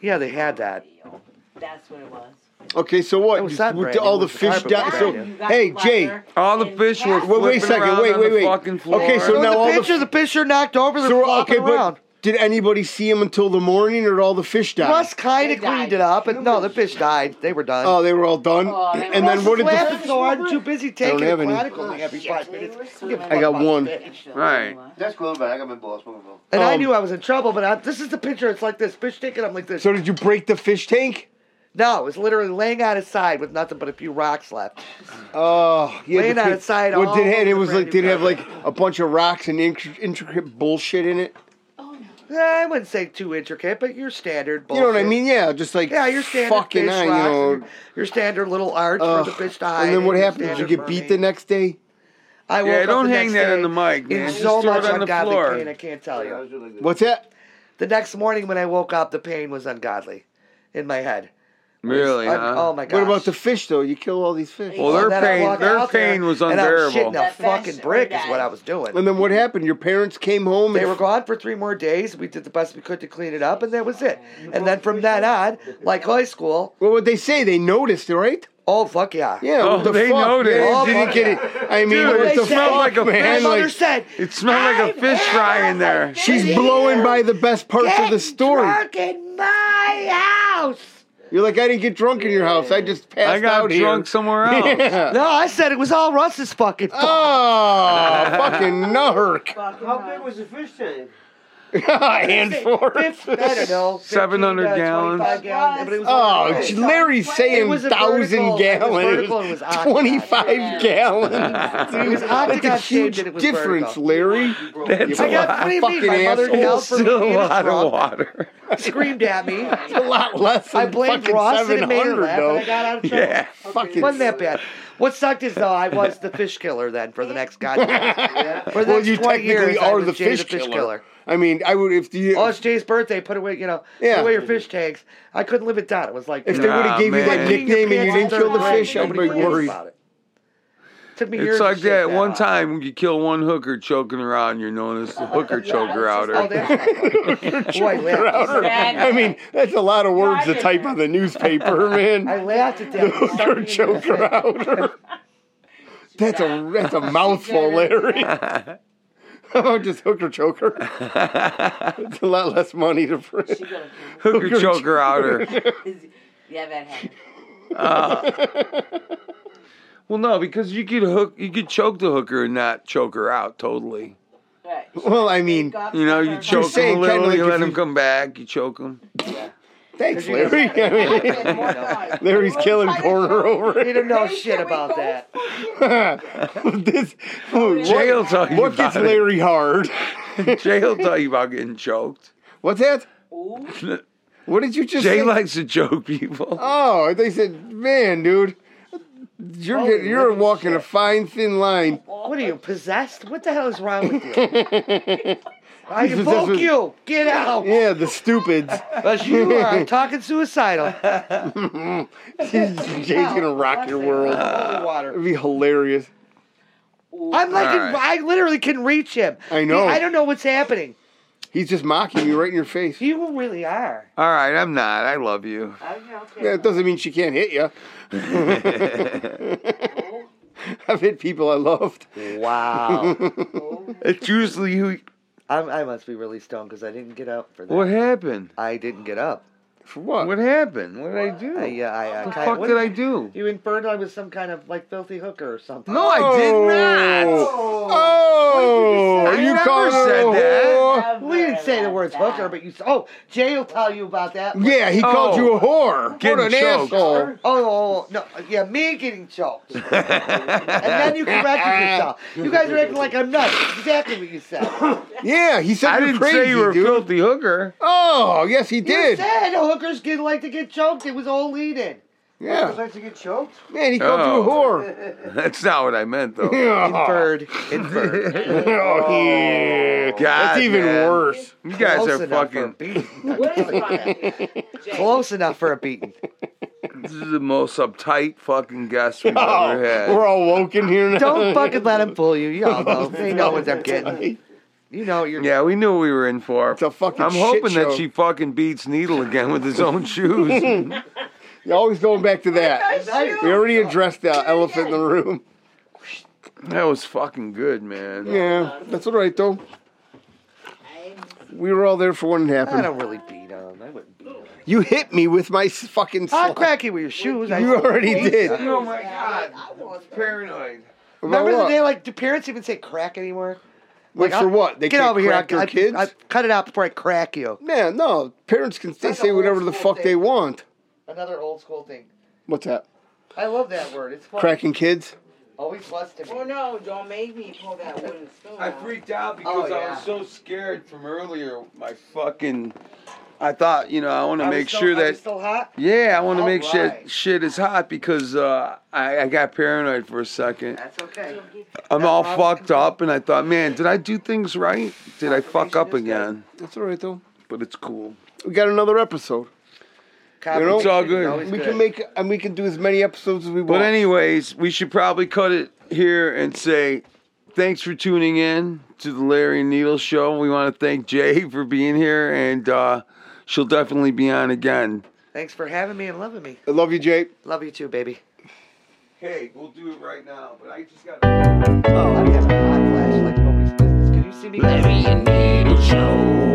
Yeah, they had that.
deal. That's what it was.
Okay, so what?
It was
Just-
that
what-
brand.
all
It
the
was the
fish
carpet
died.
brand,
So,
yeah.
You got
hey,
the
Jay.
leather
All the
uh, and
fish were
half-
Wait, wait a
flipping
second,
around
wait,
on
wait,
the
wait.
fucking floor.
Okay, so
So
now
the
all the-
picture, the fisher knocked over, they're
so
flopping
okay,
around.
but did anybody see him until the morning, or all the fish died?
Russ kind
They
of cleaned
died.
it up, and no, the fish died. They were done.
Oh, they were all done.
Oh, they
and
were-
then what did the?
Russ was laughing so hard and too busy taking
have
it
any.
chronically every five
They
minutes.
were swimming.
I got one.
Right.
That's cool, but I got my balls moving. bro.
And I
Um,
knew I was in trouble, but I, this is the picture. It's like this fish tank, and I'm like this.
So did you break the fish tank?
no, it was literally laying on its side with nothing but a few rocks left.
Oh, yeah.
Laying
the
on
fi-
its side
What
all
did it have?
over
It
the
was
brand
like did
new
it have like a bunch of rocks and inc- intricate bullshit in it?
Eh, I wouldn't say too intricate, but your standard.
You know what I
bullshit.
mean? Yeah, just like
Yeah, your standard
fucking
fish
I, you
rocks
know.
and your standard little arch
Ugh.
for the fish to hide.
And then what
your
happened? Did you
standard
get beat the
mermaid.
next day?
I woke
Yeah,
up
don't
the
hang
next
that
day
on the mic, man.
In
Just
so
throw
much
it on the
ungodly
floor.
pain, I can't tell
Yeah, I
you.
was really good.
What's that?
The next morning when I woke up, the pain was ungodly in my head.
Really?
Un-
huh?
Oh my god.
What about the fish though? You kill all these fish.
Well, their pain, their pain was
And I'm
unbearable.
shitting a
That fish
fucking brick is
died.
what I was doing.
and then what happened? Your parents came home
They
and
were gone for three more days. We did the best we could to clean it up, and that was it. And then from then on, like high school,
Well, what they say? They noticed, right?
oh fuck yeah.
Yeah.
Oh,
what the
they
fuck?
noticed.
Yeah,
Oh,
didn't
fuck
get it. I mean,
Dude,
what
they
the
said-
fuck,
like a
My
man?
mother
Like,
said,
It smelled like a fish fry in there.
she's blowing by the best parts of the story.
Drunk in my house.
You're like, I didn't get drunk in your house. I just passed
I got
out
drunk
here.
somewhere else.
Yeah.
No, I said it was all Russ's fucking fault.
Oh, fucking narc.
How big was the fish tank?
and
Fif- I
forth.
don't know.
700
15 to
gallons.
25 gallons. but it was
Oh,
vertical.
gee, Larry's saying
It was a
thousand
vertical- it was
gallons,
vertical and was octagon.
twenty-five gallons.
It was
Dude,
octagon
That's a huge
shaped and it was
difference,
vertical.
Larry.
That's
You
a
I got
lot.
what do you mean? My
Fucking
mother
asshole.
yelled for me
Still a
in a
lot of
truck,
water.
screamed at me.
a lot less than
I blamed
fucking
Ross and it made her
700,
laugh, and I
though.
got out of trouble.
Yeah.
Fucking
Wasn't that bad? What sucked is though I was the fish killer then for the next goddamn.
Yeah.
For the
Well,
next
you
20
technically
years, I
are
was
the
Jay
fish, killer. I mean, I would if you
Oh, it's Jay's birthday. Put away, you know,
Yeah.
put away your fish tanks. I couldn't live it down. It was like
if
you
they
know,
would have
Nah,
gave you
man.
that nickname and you didn't
Pants all
kill the
third
fish,
grade,
I'd be
nobody cares
worried.
about it. Took me years.
It's
to
like
shake
that one
off.
time you kill one hooker choking around, you're known as the hooker choker
it's
Oh,
outer.
that's Boy, I laughed.
I mean, that's a lot of words to type on the newspaper,
I
man.
laughed at that.
Hooker choker outer. That's a that's a mouthful, Larry. How about just hooker choker? It's a lot less money to print.
She gonna
Hooker choker outer.
be- Yeah, that happened.
Well, no, because you could hook, you could choke the hooker and not choke her out totally.
Right.
Well, I mean,
You know, you choke
saying
him a little,
kinda like
you
if
let him
you-
come back, you choke him.
thanks, Larry. I mean, Larry's killing Corner over
He
it.
didn't know shit about that.
this, oh,
Jay'll tell you
What
about
gets Larry hard?
it. Jay'll tell you about getting choked.
What's that?
Ooh,
What did you just
Jay
say?
likes to choke people.
oh, they said, man, dude, you're
Holy
getting- you're
living
walking a
shit.
fine thin line.
What are you possessed? What the hell is wrong with you? I
He's possessed
invoke
with-
you. Get out.
Yeah, the stupids.
As you are, I'm talking suicidal.
Jay's gonna rock your world.
Holy water.
It'd be hilarious.
Ooh.
I'm like,
All right.
I literally can reach him.
I know.
I don't know what's happening.
He's just mocking you right in your face.
You really are.
All right, I'm not. I love you.
Okay, okay.
That doesn't mean she can't hit you.
Oh,
I've hit people I loved.
Wow.
oh.
It's usually you.
I'm, I must be really stoned because I didn't get up for that.
What happened?
I didn't get up.
For what?
What happened? What did I do?
I, uh, I, I
What the
kinda-
fuck
what-
did I do?
You inferred I was some kind of like filthy hooker or something.
No, I did not.
Oh, oh.
What did you
you
just say? I
called
never
her a
said that.
whore?
We didn't say the
Never
words
like
hooker,
that.
but you. Oh, Jay will tell you about that.
Yeah, he called
Oh.
you a whore.
Getting
what an
choked.
asshole.
Oh, oh, no, yeah, me getting choked, and then you corrected yourself. You guys are acting like I'm nuts. Exactly what you said.
Yeah, he said
I
you're
didn't
crazy,
say you were a
dude.
filthy hooker.
Oh, yes, he
You
did.
said hookers get like to get choked. It was all lead in.
Yeah.
Yeah,
Like to get choked.
man, he called you a
Oh.
whore.
That's not what I meant, though.
Yeah.
Inferred. Inferred.
Oh, yeah. That's even
man.
worse.
You guys
Close
are
enough for a
fucking.
beating.
What is wrong with you? Jay?
Close enough for a beating.
This is the most uptight fucking guest we've
Oh,
ever had.
we're all woke in here now.
Don't fucking let them fool you. You all know. They know what they're getting. You know what you're.
yeah, we knew what we were in for.
It's a fucking
I'm
shit
hoping
show.
that she fucking beats Needle again with his own shoes.
You're always going back to that. We already addressed the elephant in the room.
that was fucking good, man.
Yeah, that's all right though. We were all there for when it
I
happened.
don't really beat them. I wouldn't beat them.
You hit me with my s- fucking
I'm
slap.
cracky with your shoes. I,
You already did.
Oh my god, it's paranoid.
remember
About
the
what?
day like do parents even say crack anymore?
Wait,
Like,
for
I-
what? They
Get
can't
over here. I,
crack their
I-
kids?
I- cut it out before I crack you.
Man, no. Parents can they
That's
say
a
whatever the
old school
fuck they
thing.
want.
Another old school thing.
What's that?
I love that word. It's fun.
Cracking kids?
Always was to me.
Oh no, don't make me pull that wooden spoon.
I
out.
freaked out because
Oh,
I
yeah.
was so scared from earlier. My fucking. I thought, you know, I want
I
to
was
make
still-
sure
I was
that.
still hot.
yeah, I want to make shit
Alright.
shit is hot because uh, I, I got paranoid for a second.
That's okay.
I'm all
That's why I was
fucked up, and I thought, man, did I do things right? Did I fuck up again?
That's all right though.
But it's cool.
We got another episode.
Competition
It's all
is
good.
always
We can make and we can do as many episodes as we
But
want.
anyways, we should probably cut it here and say thanks for tuning in to the Larry and Needle Show. We want to thank Jay for being here, and uh, she'll definitely be on again.
Thanks for having me and loving me.
I love you, Jay.
Love you too, baby.
Hey, we'll do it right now, but I just got.
Oh, I'm having a hot flash like nobody's business. Can you see me?
Larry and Needle Show.